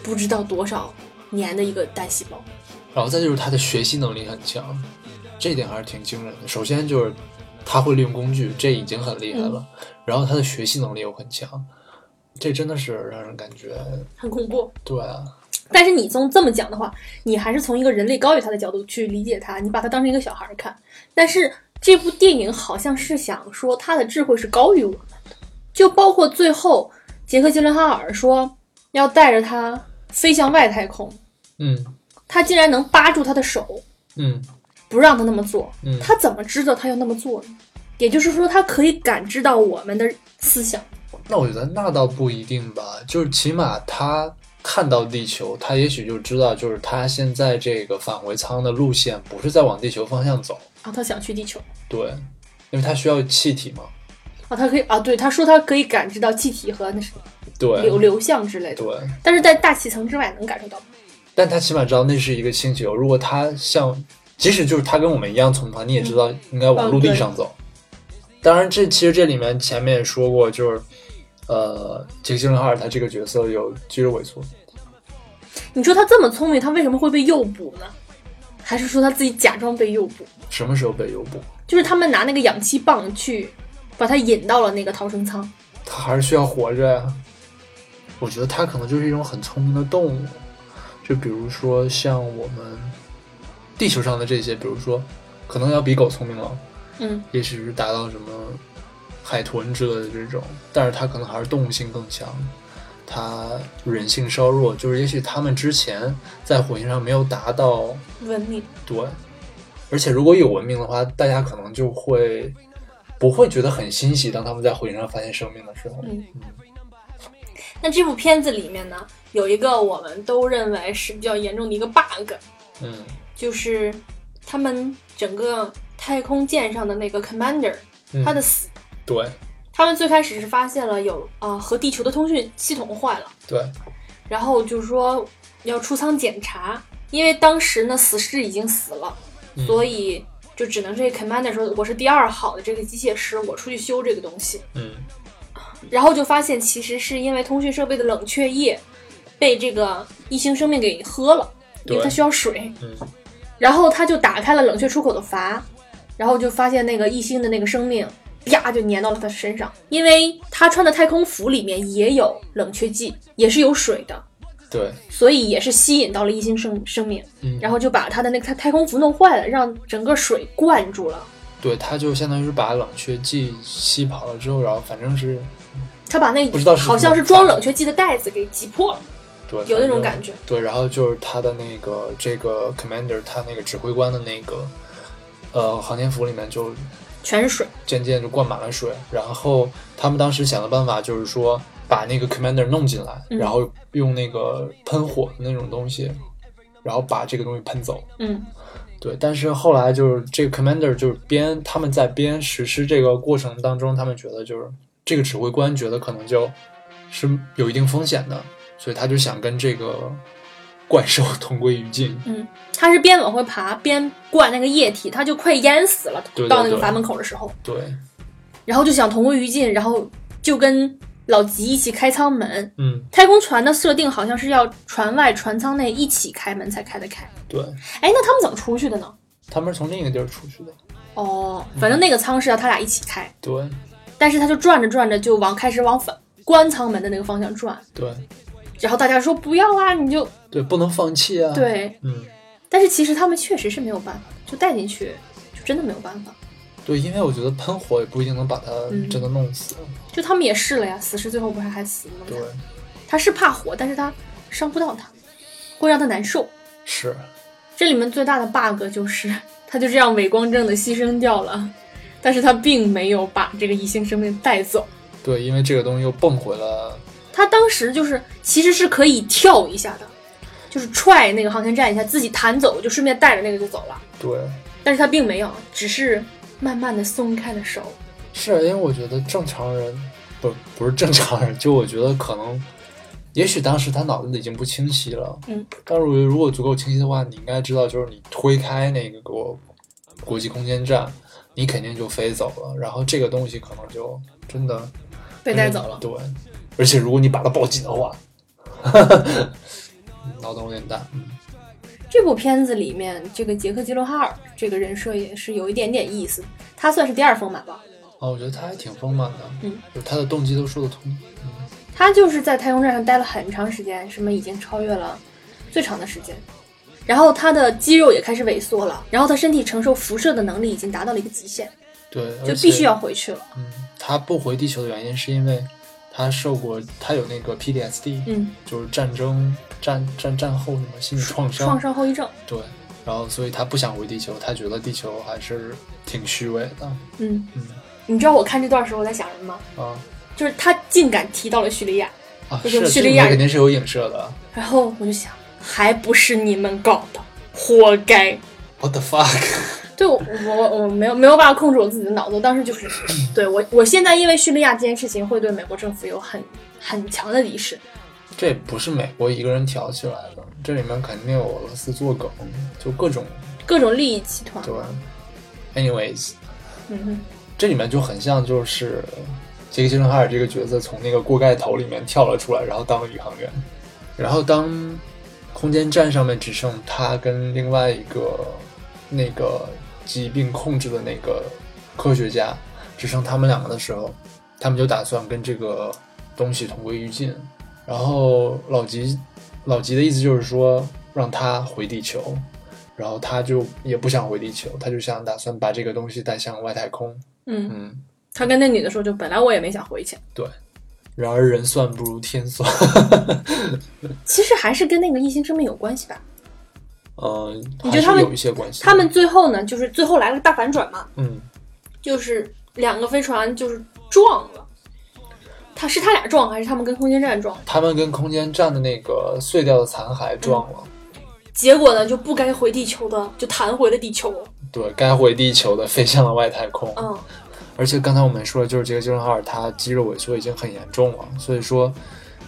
Speaker 1: 不知道多少年的一个单细胞。
Speaker 2: 然后再就是它的学习能力很强，这一点还是挺惊人的。首先就是它会利用工具，这已经很厉害了，
Speaker 1: 嗯
Speaker 2: 然后它的学习能力又很强，这真的是让人感觉
Speaker 1: 很恐怖。
Speaker 2: 对啊，
Speaker 1: 但是你从这么讲的话，你还是从一个人类高于他的角度去理解他，你把他当成一个小孩儿看。但是这部电影好像是想说他的智慧是高于我们的，就包括最后杰克·吉伦哈尔说要带着他飞向外太空，
Speaker 2: 嗯
Speaker 1: 他竟然能扒住他的手，
Speaker 2: 嗯
Speaker 1: 不让他那么做。
Speaker 2: 嗯
Speaker 1: 他怎么知道他要那么做呢？也就是说，他可以感知到我们的思想。
Speaker 2: 那我觉得那倒不一定吧，就是起码他看到地球，他也许就知道，就是他现在这个返回舱的路线不是在往地球方向走，
Speaker 1: 啊，他想去地球。
Speaker 2: 对，因为他需要气体嘛，
Speaker 1: 啊，他可以啊，对，他说他可以感知到气体和那什么流
Speaker 2: 对，
Speaker 1: 流向之类的，
Speaker 2: 对，
Speaker 1: 但是在大气层之外能感受到吗。
Speaker 2: 但他起码知道那是一个星球。如果他像，即使就是他跟我们一样从团，你也知道应该往陆地上走。当然这，其实这里面前面也说过，就是呃，杰克·吉伦哈尔他这个角色有肌肉萎缩，
Speaker 1: 你说他这么聪明，他为什么会被诱捕呢？还是说他自己假装被诱捕？
Speaker 2: 什么时候被诱捕？
Speaker 1: 就是他们拿那个氧气棒去把他引到了那个逃生舱。
Speaker 2: 他还是需要活着呀。我觉得他可能就是一种很聪明的动物，就比如说像我们地球上的这些，比如说可能要比狗聪明了，
Speaker 1: 嗯，
Speaker 2: 也许是达到什么海豚之类的这种，但是它可能还是动物性更强，它人性稍弱，就是也许他们之前在火星上没有达到
Speaker 1: 文明。
Speaker 2: 对，而且如果有文明的话，大家可能就会不会觉得很欣喜，当他们在火星上发现生命的时候，
Speaker 1: 嗯那这部片子里面呢，有一个我们都认为是比较严重的一个 bug，
Speaker 2: 嗯
Speaker 1: 就是他们整个太空舰上的那个 commander，
Speaker 2: 嗯，
Speaker 1: 他的死。
Speaker 2: 对
Speaker 1: 他们最开始是发现了有啊、呃和地球的通讯系统坏了，
Speaker 2: 对，
Speaker 1: 然后就说要出舱检查，因为当时呢死士已经死了，
Speaker 2: 嗯
Speaker 1: 所以就只能这个 commander 说我是第二号的这个机械师，我出去修这个东西。
Speaker 2: 嗯
Speaker 1: 然后就发现其实是因为通讯设备的冷却液被这个异星生命给喝了，因为
Speaker 2: 对
Speaker 1: 它需要水。
Speaker 2: 嗯
Speaker 1: 然后他就打开了冷却出口的阀，然后就发现那个异星的那个生命，啪就粘到了他身上，因为他穿的太空服里面也有冷却剂，也是有水的，
Speaker 2: 对，
Speaker 1: 所以也是吸引到了异星生生命，
Speaker 2: 嗯，
Speaker 1: 然后就把他的那个太太空服弄坏了，让整个水灌住了。
Speaker 2: 对，他就相当于是把冷却剂吸跑了之后，然后反正是
Speaker 1: 他把那
Speaker 2: 不知道是
Speaker 1: 好像是装冷却剂的袋子给挤破了，
Speaker 2: 对
Speaker 1: 有那种
Speaker 2: 反正
Speaker 1: 感觉。
Speaker 2: 对，然后就是他的那个这个 commander，他那个指挥官的那个呃航天服里面就
Speaker 1: 全是水。
Speaker 2: 渐渐就灌满了水，然后他们当时想的办法就是说把那个 commander 弄进来，
Speaker 1: 嗯
Speaker 2: 然后用那个喷火的那种东西，然后把这个东西喷走。
Speaker 1: 嗯，
Speaker 2: 对，但是后来就是这个 commander 就是边他们在边实施这个过程当中，他们觉得就是这个指挥官觉得可能就是有一定风险的，所以他就想跟这个怪兽 同归于尽。
Speaker 1: 他是边往回爬边灌那个液体，他就快淹死了。
Speaker 2: 对对
Speaker 1: 到那个
Speaker 2: 对
Speaker 1: 阀门口的时候，
Speaker 2: 对，
Speaker 1: 然后就想同归于尽，然后就跟老吉一起开舱门。
Speaker 2: 嗯，
Speaker 1: 太空船的设定好像是要船外、船舱内一起开门才开得开。
Speaker 2: 对，
Speaker 1: 哎，那他们怎么出去的呢？
Speaker 2: 他们是从另一个地儿出去的。
Speaker 1: 哦，反正那个舱是要他俩一起开，
Speaker 2: 对，
Speaker 1: 但是他就转着转着就往开始往反关舱门的那个方向转，
Speaker 2: 对，
Speaker 1: 然后大家说不要啊，你就
Speaker 2: 对，不能放弃啊。，
Speaker 1: 对，
Speaker 2: 嗯，
Speaker 1: 但是其实他们确实是没有办法，就带进去就真的没有办法，
Speaker 2: 对，因为我觉得喷火也不一定能把它
Speaker 1: 嗯
Speaker 2: 真的弄死。
Speaker 1: 就他们也试了呀，死士最后不是还死了吗？
Speaker 2: 对，
Speaker 1: 他是怕火，但是他伤不到他，会让他难受。
Speaker 2: 是，
Speaker 1: 这里面最大的 bug 就是，他就这样伪光正的牺牲掉了，但是他并没有把这个异星生命带走。
Speaker 2: 对，因为这个东西又蹦回了。
Speaker 1: 他当时就是其实是可以跳一下的，就是踹那个航天站一下，自己弹走，就顺便带着那个就走了。
Speaker 2: 对，
Speaker 1: 但是他并没有，只是慢慢的松开了手。
Speaker 2: 是因为我觉得正常人不不是正常人，就我觉得可能，也许当时他脑子已经不清晰了。
Speaker 1: 嗯，
Speaker 2: 但是我觉得如果足够清晰的话，你应该知道，就是你推开那个国国际空间站，你肯定就飞走了，然后这个东西可能就真的
Speaker 1: 被
Speaker 2: 嗯
Speaker 1: 带走了，
Speaker 2: 对，而且如果你把它抱紧的话， 脑洞有点大。嗯
Speaker 1: 这部片子里面，这个杰克·吉伦哈尔这个人设也是有一点点意思，他算是第二丰满吧。
Speaker 2: 啊，我觉得他还挺丰满的，
Speaker 1: 嗯，
Speaker 2: 就是他的动机都说得通。
Speaker 1: 他就是在太空站上待了很长时间，什么已经超越了最长的时间，然后他的肌肉也开始萎缩了，然后他身体承受辐射的能力已经达到了一个极限，
Speaker 2: 对，
Speaker 1: 就
Speaker 2: 而
Speaker 1: 必须
Speaker 2: 且
Speaker 1: 要回去了。
Speaker 2: 嗯，他不回地球的原因是因为他受过，他有那个 PTSD，、
Speaker 1: 嗯，
Speaker 2: 就是战争战战战后什么心理创伤，
Speaker 1: 创伤后遗症。
Speaker 2: 对，然后所以他不想回地球，他觉得地球还是挺虚伪的，
Speaker 1: 嗯，
Speaker 2: 嗯
Speaker 1: 你知道我看这段时候我在想什么吗？
Speaker 2: 啊
Speaker 1: 就是他竟敢提到了叙利亚，
Speaker 2: 啊，
Speaker 1: 就是
Speaker 2: 是
Speaker 1: 叙
Speaker 2: 这
Speaker 1: 利
Speaker 2: 里
Speaker 1: 亚
Speaker 2: 面肯定是有影射的
Speaker 1: 然后我就想，还不是你们搞的，活该。
Speaker 2: ，What the fuck？
Speaker 1: 对我我我我没有没有办法控制我自己的脑子，我当时就是对我我现在因为叙利亚这件事情会对美国政府有很很强的敌视，
Speaker 2: 这不是美国一个人挑起来的，这里面肯定有俄罗斯作梗，就各种
Speaker 1: 各种利益集团。
Speaker 2: 对，anyways，
Speaker 1: 嗯哼，
Speaker 2: 这里面就很像就是杰克·杰伦哈尔这个角色从那个锅盖头里面跳了出来，然后当了宇航员，然后当空间站上面只剩他跟另外一个那个疾病控制的那个科学家，只剩他们两个的时候，他们就打算跟这个东西同归于尽。然后老吉，老吉的意思就是说让他回地球，然后他就也不想回地球，他就想打算把这个东西带向外太空。
Speaker 1: 嗯，
Speaker 2: 嗯，
Speaker 1: 他跟那女的说，就本来我也没想回去，
Speaker 2: 然而人算不如天 算。
Speaker 1: 其实还是跟那个异星生命有关系吧。
Speaker 2: 嗯，
Speaker 1: 哦你
Speaker 2: 还
Speaker 1: 觉得
Speaker 2: 是
Speaker 1: 他们
Speaker 2: 有一些关系？
Speaker 1: 他们最后呢，就是最后来了个大反转嘛，
Speaker 2: 嗯，
Speaker 1: 就是两个飞船就是撞了，他是他俩撞还是他们跟空间站撞？
Speaker 2: 他们跟空间站的那个碎掉的残骸撞了。
Speaker 1: 结果呢就不该回地球的就弹回了地球。
Speaker 2: 对该回地球的飞向了外太空，
Speaker 1: 嗯
Speaker 2: 而且刚才我们说的就是杰克·吉伦哈尔他肌肉萎缩已经很严重了，所以说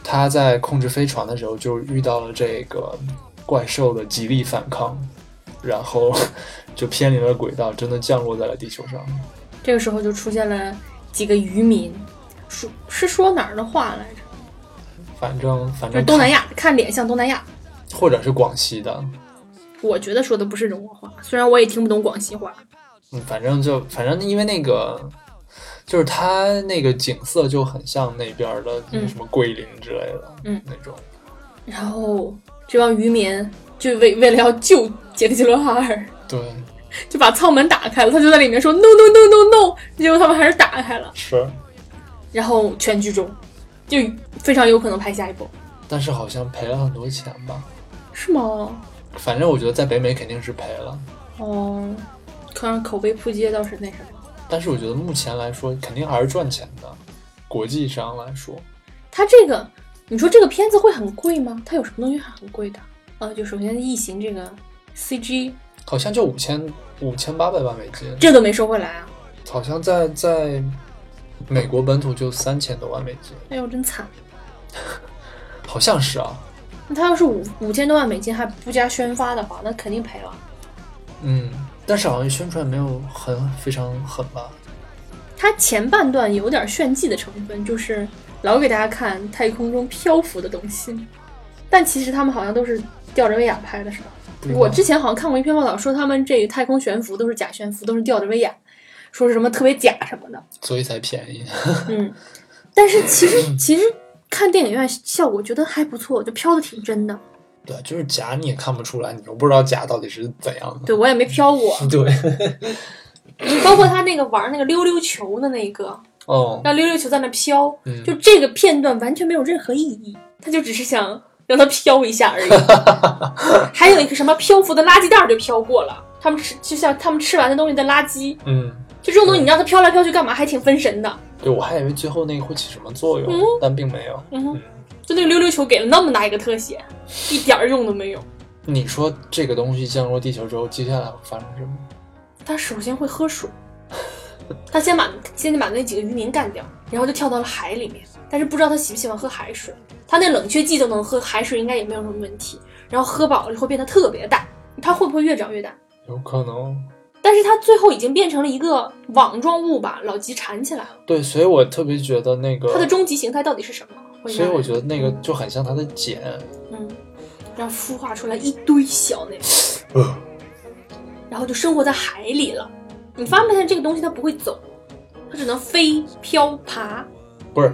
Speaker 2: 他在控制飞船的时候就遇到了这个怪兽的极力反抗，然后就偏离了轨道，真的降落在了地球上。
Speaker 1: 这个时候就出现了几个渔民，说是说哪儿的话来着？
Speaker 2: 反正反
Speaker 1: 就是
Speaker 2: 正
Speaker 1: 东南亚，看脸像东南亚。
Speaker 2: 亚或者是广西的，
Speaker 1: 我觉得说的不是中国话，虽然我也听不懂广西话。
Speaker 2: 嗯，反正就反正因为那个，就是它那个景色就很像那边儿的
Speaker 1: 嗯
Speaker 2: 什么桂林之类的，
Speaker 1: 嗯，
Speaker 2: 那种。
Speaker 1: 然后这帮渔民就为为了要救杰克·吉伦哈尔，
Speaker 2: 对，
Speaker 1: 就把舱门打开了，他就在里面说 no no no no no，结果他们还是打开了，
Speaker 2: 是，
Speaker 1: 然后全剧终，就非常有可能拍下一部，
Speaker 2: 但是好像赔了很多钱吧？
Speaker 1: 是吗？
Speaker 2: 反正我觉得在北美肯定是赔了，
Speaker 1: 哦，看来口碑扑街倒是那什么。
Speaker 2: 但是我觉得目前来说肯定还是赚钱的，国际上来说，
Speaker 1: 他这个，你说这个片子会很贵吗？它有什么东西还很贵的？啊，就首先异形这个 CG，
Speaker 2: 好像就五千五千八百万美金，
Speaker 1: 这都没收回来啊！
Speaker 2: 好像在在美国本土就三千多万美金，
Speaker 1: 哎呦，真惨！
Speaker 2: 好像是啊，
Speaker 1: 那他要是五五千多万美金还不加宣发的话，那肯定赔了。
Speaker 2: 嗯，但是好像宣传没有很非常狠吧。
Speaker 1: 它前半段有点炫技的成分，就是老给大家看太空中漂浮的东西，但其实他们好像都是吊着威亚拍的，是吧？
Speaker 2: 不知道
Speaker 1: 我之前好像看过一篇报道，说他们这太空悬浮都是假悬浮，都是吊着威亚，说是什么特别假什么的。
Speaker 2: 所以才便宜。
Speaker 1: 嗯，但是其实其实看电影院效果觉得还不错，就飘的挺真的。
Speaker 2: 对，就是假你也看不出来，你又不知道假到底是怎样的。
Speaker 1: 对我也没飘过，
Speaker 2: 对，
Speaker 1: 包括他那个玩那个溜溜球的那个，
Speaker 2: 哦，
Speaker 1: 让溜溜球在那飘，
Speaker 2: 嗯
Speaker 1: 就这个片段完全没有任何意义，他就只是想让它飘一下而已。还有一个什么漂浮的垃圾袋儿就飘过了。他们吃就像他们吃完的东西的垃圾，
Speaker 2: 嗯，
Speaker 1: 就这种东西，你让它飘来飘去干嘛？还挺分神的。
Speaker 2: 对我还以为最后那个会起什么作用，
Speaker 1: 嗯
Speaker 2: 但并没有。
Speaker 1: 嗯哼，就那个溜溜球给了那么大一个特写，一点儿用都没有。
Speaker 2: 你说这个东西降落地球之后，接下来会发生什么？
Speaker 1: 他首先会喝水，他先把先把那几个渔民干掉，然后就跳到了海里面。但是不知道他喜不喜欢喝海水，他那冷却剂都能喝，海水应该也没有什么问题。然后喝饱了以后变得特别大，他会不会越长越大？
Speaker 2: 有可能。
Speaker 1: 但是他最后已经变成了一个网状物把老吉缠起来了。
Speaker 2: 对，所以我特别觉得那个
Speaker 1: 他的，嗯终极形态到底是什么？会
Speaker 2: 所以
Speaker 1: 让
Speaker 2: 我
Speaker 1: 人
Speaker 2: 觉得那个就很像他的茧。
Speaker 1: 嗯，然后孵化出来一堆小那个，
Speaker 2: 呃，
Speaker 1: 然后就生活在海里了。你发没发现这个东西它不会走，它只能飞、飘、爬、
Speaker 2: 不是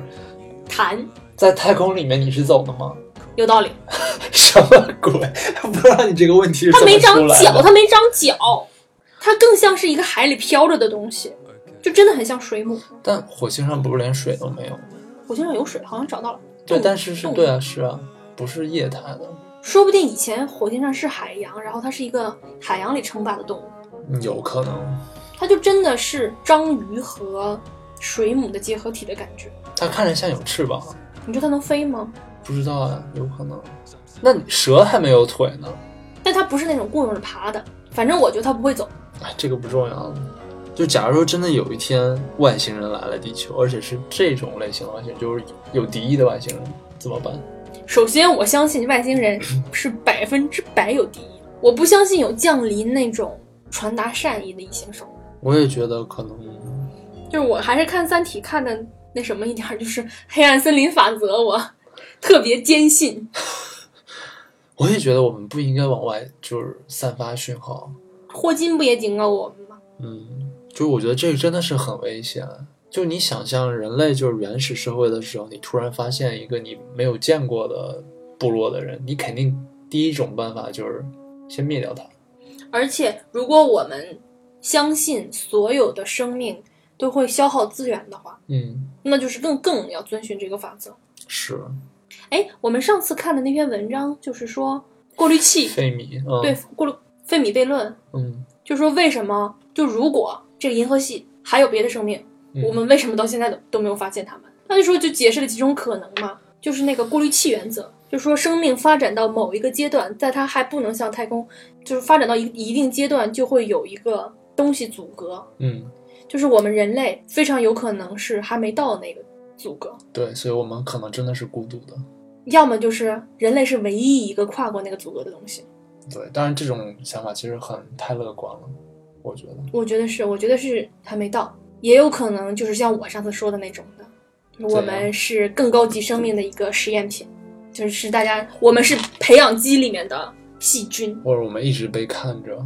Speaker 1: 弹。
Speaker 2: 在太空里面你是走的吗？
Speaker 1: 有道理。
Speaker 4: 什么鬼？不知道你这个问题是
Speaker 1: 它
Speaker 4: 怎么
Speaker 1: 没长
Speaker 4: 出来
Speaker 1: 脚，
Speaker 4: 的。
Speaker 1: 它没长脚，它更像是一个海里飘着的东西，就真的很像水母。
Speaker 2: 但火星上不是连水都没有吗？
Speaker 1: 火星上有水，好像找到了。动
Speaker 2: 对，
Speaker 1: 物
Speaker 2: 但是是
Speaker 1: 动物
Speaker 2: 对啊，是啊，不是液态的。
Speaker 1: 说不定以前火星上是海洋，然后它是一个海洋里称霸的动物，
Speaker 2: 嗯有可能，
Speaker 1: 它就真的是章鱼和水母的结合体的感觉。
Speaker 2: 它看着像有翅膀，
Speaker 1: 你说它能飞吗？
Speaker 2: 不知道啊，有可能。那你蛇还没有腿呢，
Speaker 1: 但它不是那种雇佣着爬的，反正我觉得它不会走。
Speaker 2: 哎，这个不重要。就假如说真的有一天外星人来了地球，而且是这种类型的外星人，就是有敌意的外星人，怎么办？
Speaker 1: 首先，我相信外星人是百分之百有敌意，我不相信有降临那种传达善意的隐形手段。
Speaker 2: 我也觉得可能
Speaker 1: 就是我还是看《三体》看的那什么一点儿，就是黑暗森林法则，我 特别坚信。
Speaker 2: 我也觉得我们不应该往外就是散发讯号，
Speaker 1: 霍金不也警告我们吗？
Speaker 2: 嗯，就我觉得这个真的是很危险。就你想象人类就是原始社会的时候，你突然发现一个你没有见过的部落的人，你肯定第一种办法就是先灭掉他。
Speaker 1: 而且，如果我们相信所有的生命都会消耗资源的话，
Speaker 2: 嗯，
Speaker 1: 那就是更更要遵循这个法则。
Speaker 2: 是
Speaker 1: 哎，我们上次看的那篇文章就是说过滤器，
Speaker 2: 费米，嗯，
Speaker 1: 对，过滤费米悖论，
Speaker 2: 嗯，
Speaker 1: 就说为什么就如果这个银河系还有别的生命，
Speaker 2: 嗯
Speaker 1: 我们为什么到现在都都没有发现它们？那就说就解释了几种可能嘛，就是那个过滤器原则，就说生命发展到某一个阶段，在它还不能向太空，就是发展到一一定阶段，就会有一个东西阻隔，
Speaker 2: 嗯，
Speaker 1: 就是我们人类非常有可能是还没到那个阻隔，
Speaker 2: 对，所以我们可能真的是孤独的。
Speaker 1: 要么就是人类是唯一一个跨过那个阻隔的东西。
Speaker 2: 对，当然这种想法其实很太乐观了，我觉得。
Speaker 1: 我觉得是，我觉得是还没到，也有可能就是像我上次说的那种的，我们是更高级生命的一个实验品，就是大家我们是培养基里面的细菌，
Speaker 2: 或者我们一直被看着，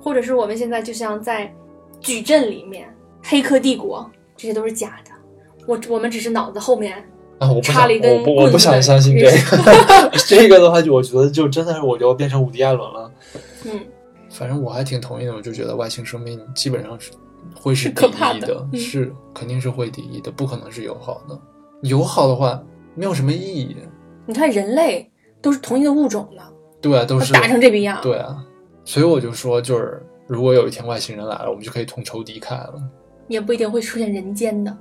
Speaker 1: 或者是我们现在就像在矩阵里面，黑客帝国这些都是假的，我我们只是脑子后面
Speaker 2: 啊，我不
Speaker 1: 插
Speaker 2: 想，
Speaker 1: 了一根
Speaker 2: 我不，我不
Speaker 1: 棍子
Speaker 2: 想
Speaker 1: 的
Speaker 2: 相信这
Speaker 1: 人
Speaker 2: 个。 这个的话，就我觉得就真的是我就变成伍迪·艾伦了。
Speaker 1: 嗯，
Speaker 2: 反正我还挺同意的，我就觉得外星生命基本上是会是
Speaker 1: 是
Speaker 2: 敌
Speaker 1: 可怕
Speaker 2: 意
Speaker 1: 的
Speaker 2: 的，
Speaker 1: 嗯
Speaker 2: 是肯定是会敌意的，不可能是友好的。友好的话没有什么意义，
Speaker 1: 你看人类都是同一个物种的，
Speaker 2: 对啊，都是
Speaker 1: 打成这逼样，
Speaker 2: 对啊，所以我就说，就是如果有一天外星人来了，我们就可以同仇敌忾了。
Speaker 1: 也不一定会出现人间的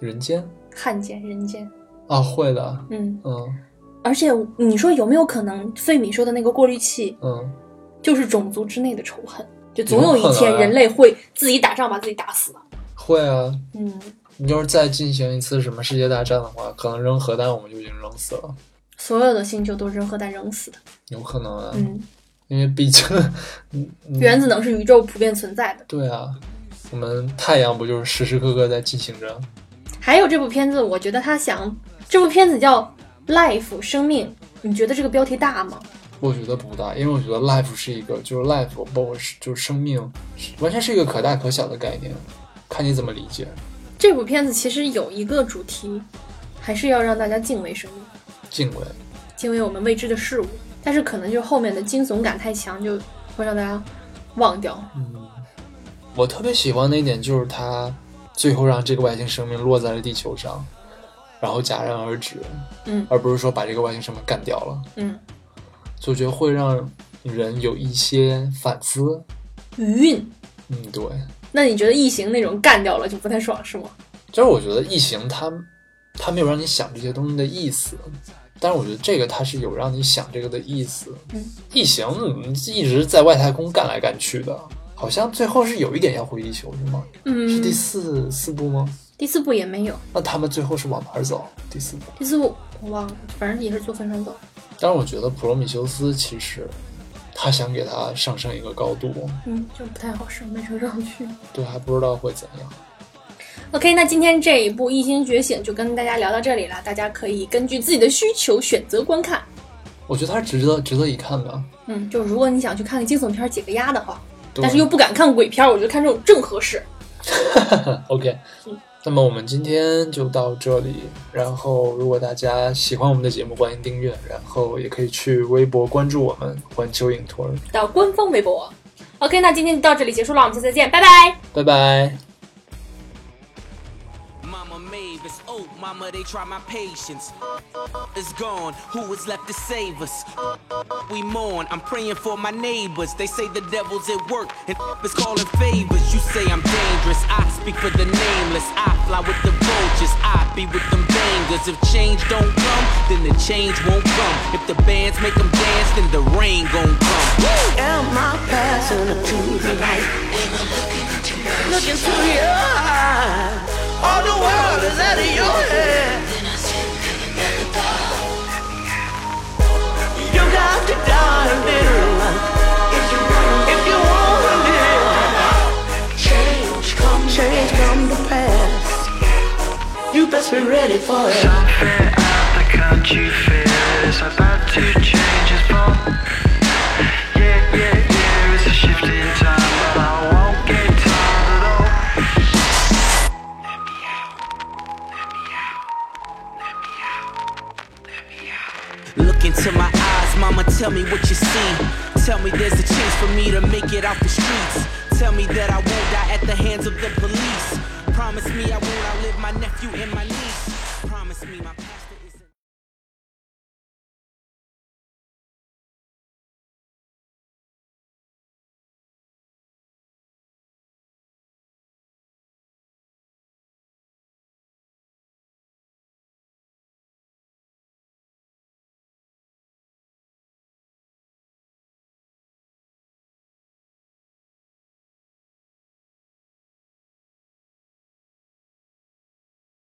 Speaker 2: 人间
Speaker 1: 汉奸人间，
Speaker 2: 啊，会的，
Speaker 1: 嗯。
Speaker 2: 嗯
Speaker 1: 而且你说有没有可能，费米说的那个过滤器
Speaker 2: 嗯，
Speaker 1: 就是种族之内的仇恨？就总有一
Speaker 2: 有可能
Speaker 1: 天
Speaker 2: 啊
Speaker 1: 人类会自己打仗把自己打死的。
Speaker 2: 会啊。
Speaker 1: 嗯，
Speaker 2: 你要是再进行一次什么世界大战的话，可能扔核弹我们就已经扔死了，
Speaker 1: 所有的星球都是扔核弹扔死的。
Speaker 2: 有可能啊，
Speaker 1: 嗯，
Speaker 2: 因为毕竟，嗯嗯
Speaker 1: 原子能是宇宙普遍存在的。
Speaker 2: 对啊，我们太阳不就是时时刻刻在进行着？
Speaker 1: 还有这部片子，我觉得他想，这部片子叫《Life 生命》，你觉得这个标题大吗？
Speaker 2: 我觉得不大，因为我觉得 life 是一个，就是 life，包括是就是生命，是完全是一个可大可小的概念，看你怎么理解。
Speaker 1: 这部片子其实有一个主题，还是要让大家敬畏生命，
Speaker 2: 敬畏，
Speaker 1: 敬畏我们未知的事物。但是可能就是后面的惊悚感太强，就会让大家忘掉。
Speaker 2: 嗯，我特别喜欢的一点就是它最后让这个外星生命落在了地球上，然后戛然而止，
Speaker 1: 嗯
Speaker 2: 而不是说把这个外星生命干掉了，
Speaker 1: 嗯。
Speaker 2: 就觉得会让人有一些反思。
Speaker 1: 余韵。
Speaker 2: 嗯，对，
Speaker 1: 那你觉得异形那种干掉了就不太爽是吗？
Speaker 2: 就是我觉得异形它它没有让你想这些东西的意思，但是我觉得这个它是有让你想这个的意思。
Speaker 1: 嗯
Speaker 2: 异形嗯一直在外太空干来干去的，好像最后是有一点要回地球是吗？是
Speaker 1: 嗯
Speaker 2: 第四、四部吗？
Speaker 1: 第四部也没有，
Speaker 2: 那他们最后是往哪儿走？第四部。
Speaker 1: 第四部我忘了，反正也是坐飞船走。
Speaker 2: 但是我觉得普罗米修斯其实他想给他上升一个高度，
Speaker 1: 嗯，就不太好受，没升上去。
Speaker 2: 对，还不知道会怎样。
Speaker 1: OK，那今天这一部《异星觉醒》就跟大家聊到这里了，大家可以根据自己的需求选择观看。
Speaker 2: 我觉得他是值得值得一看的，
Speaker 1: 嗯，就如果你想去看个惊悚片解个压的话，
Speaker 2: 对
Speaker 1: 但是又不敢看鬼片，我觉得看这种正合适。
Speaker 2: OK，
Speaker 5: 那么我们今天就到这里。然后，如果大家喜欢我们的节目，欢迎订阅，然后也可以去微博关注我们“环球影屯儿
Speaker 1: 到官方微博。OK，那今天就到这里结束了，我们下次再见，拜拜。”。
Speaker 5: 拜拜。
Speaker 6: Mama Maeve, it's old. Mama, they try my patience. It's gone. Who is left to save us? We mourn. I'm praying for my neighbors. They say the devil's at work and is calling favors. You say I'm dangerous. I speak for the nameless. I fly with the vultures. I be with them bangers. If change don't come, then the change won't come. If the bands make them dance, then the rain gon' come.
Speaker 7: Am I passing through the night? Looking through your eyes, all the world is out of your head. You got to die a little if you want to live. Change come, change come to pass. You best be ready for it.
Speaker 8: Something out the country fair is about to change its form. Yeah, yeah, yeah, it's a shift in time, but I won't get tired at all. Let me out, let me out, let me out, let me out.
Speaker 6: Look into my eyes, mama, tell me what you see. Tell me there's a chance for me to make it out the streets. Tell me that I won't die at the hands of the police. Promise me I won't outlive my nephew and my niece.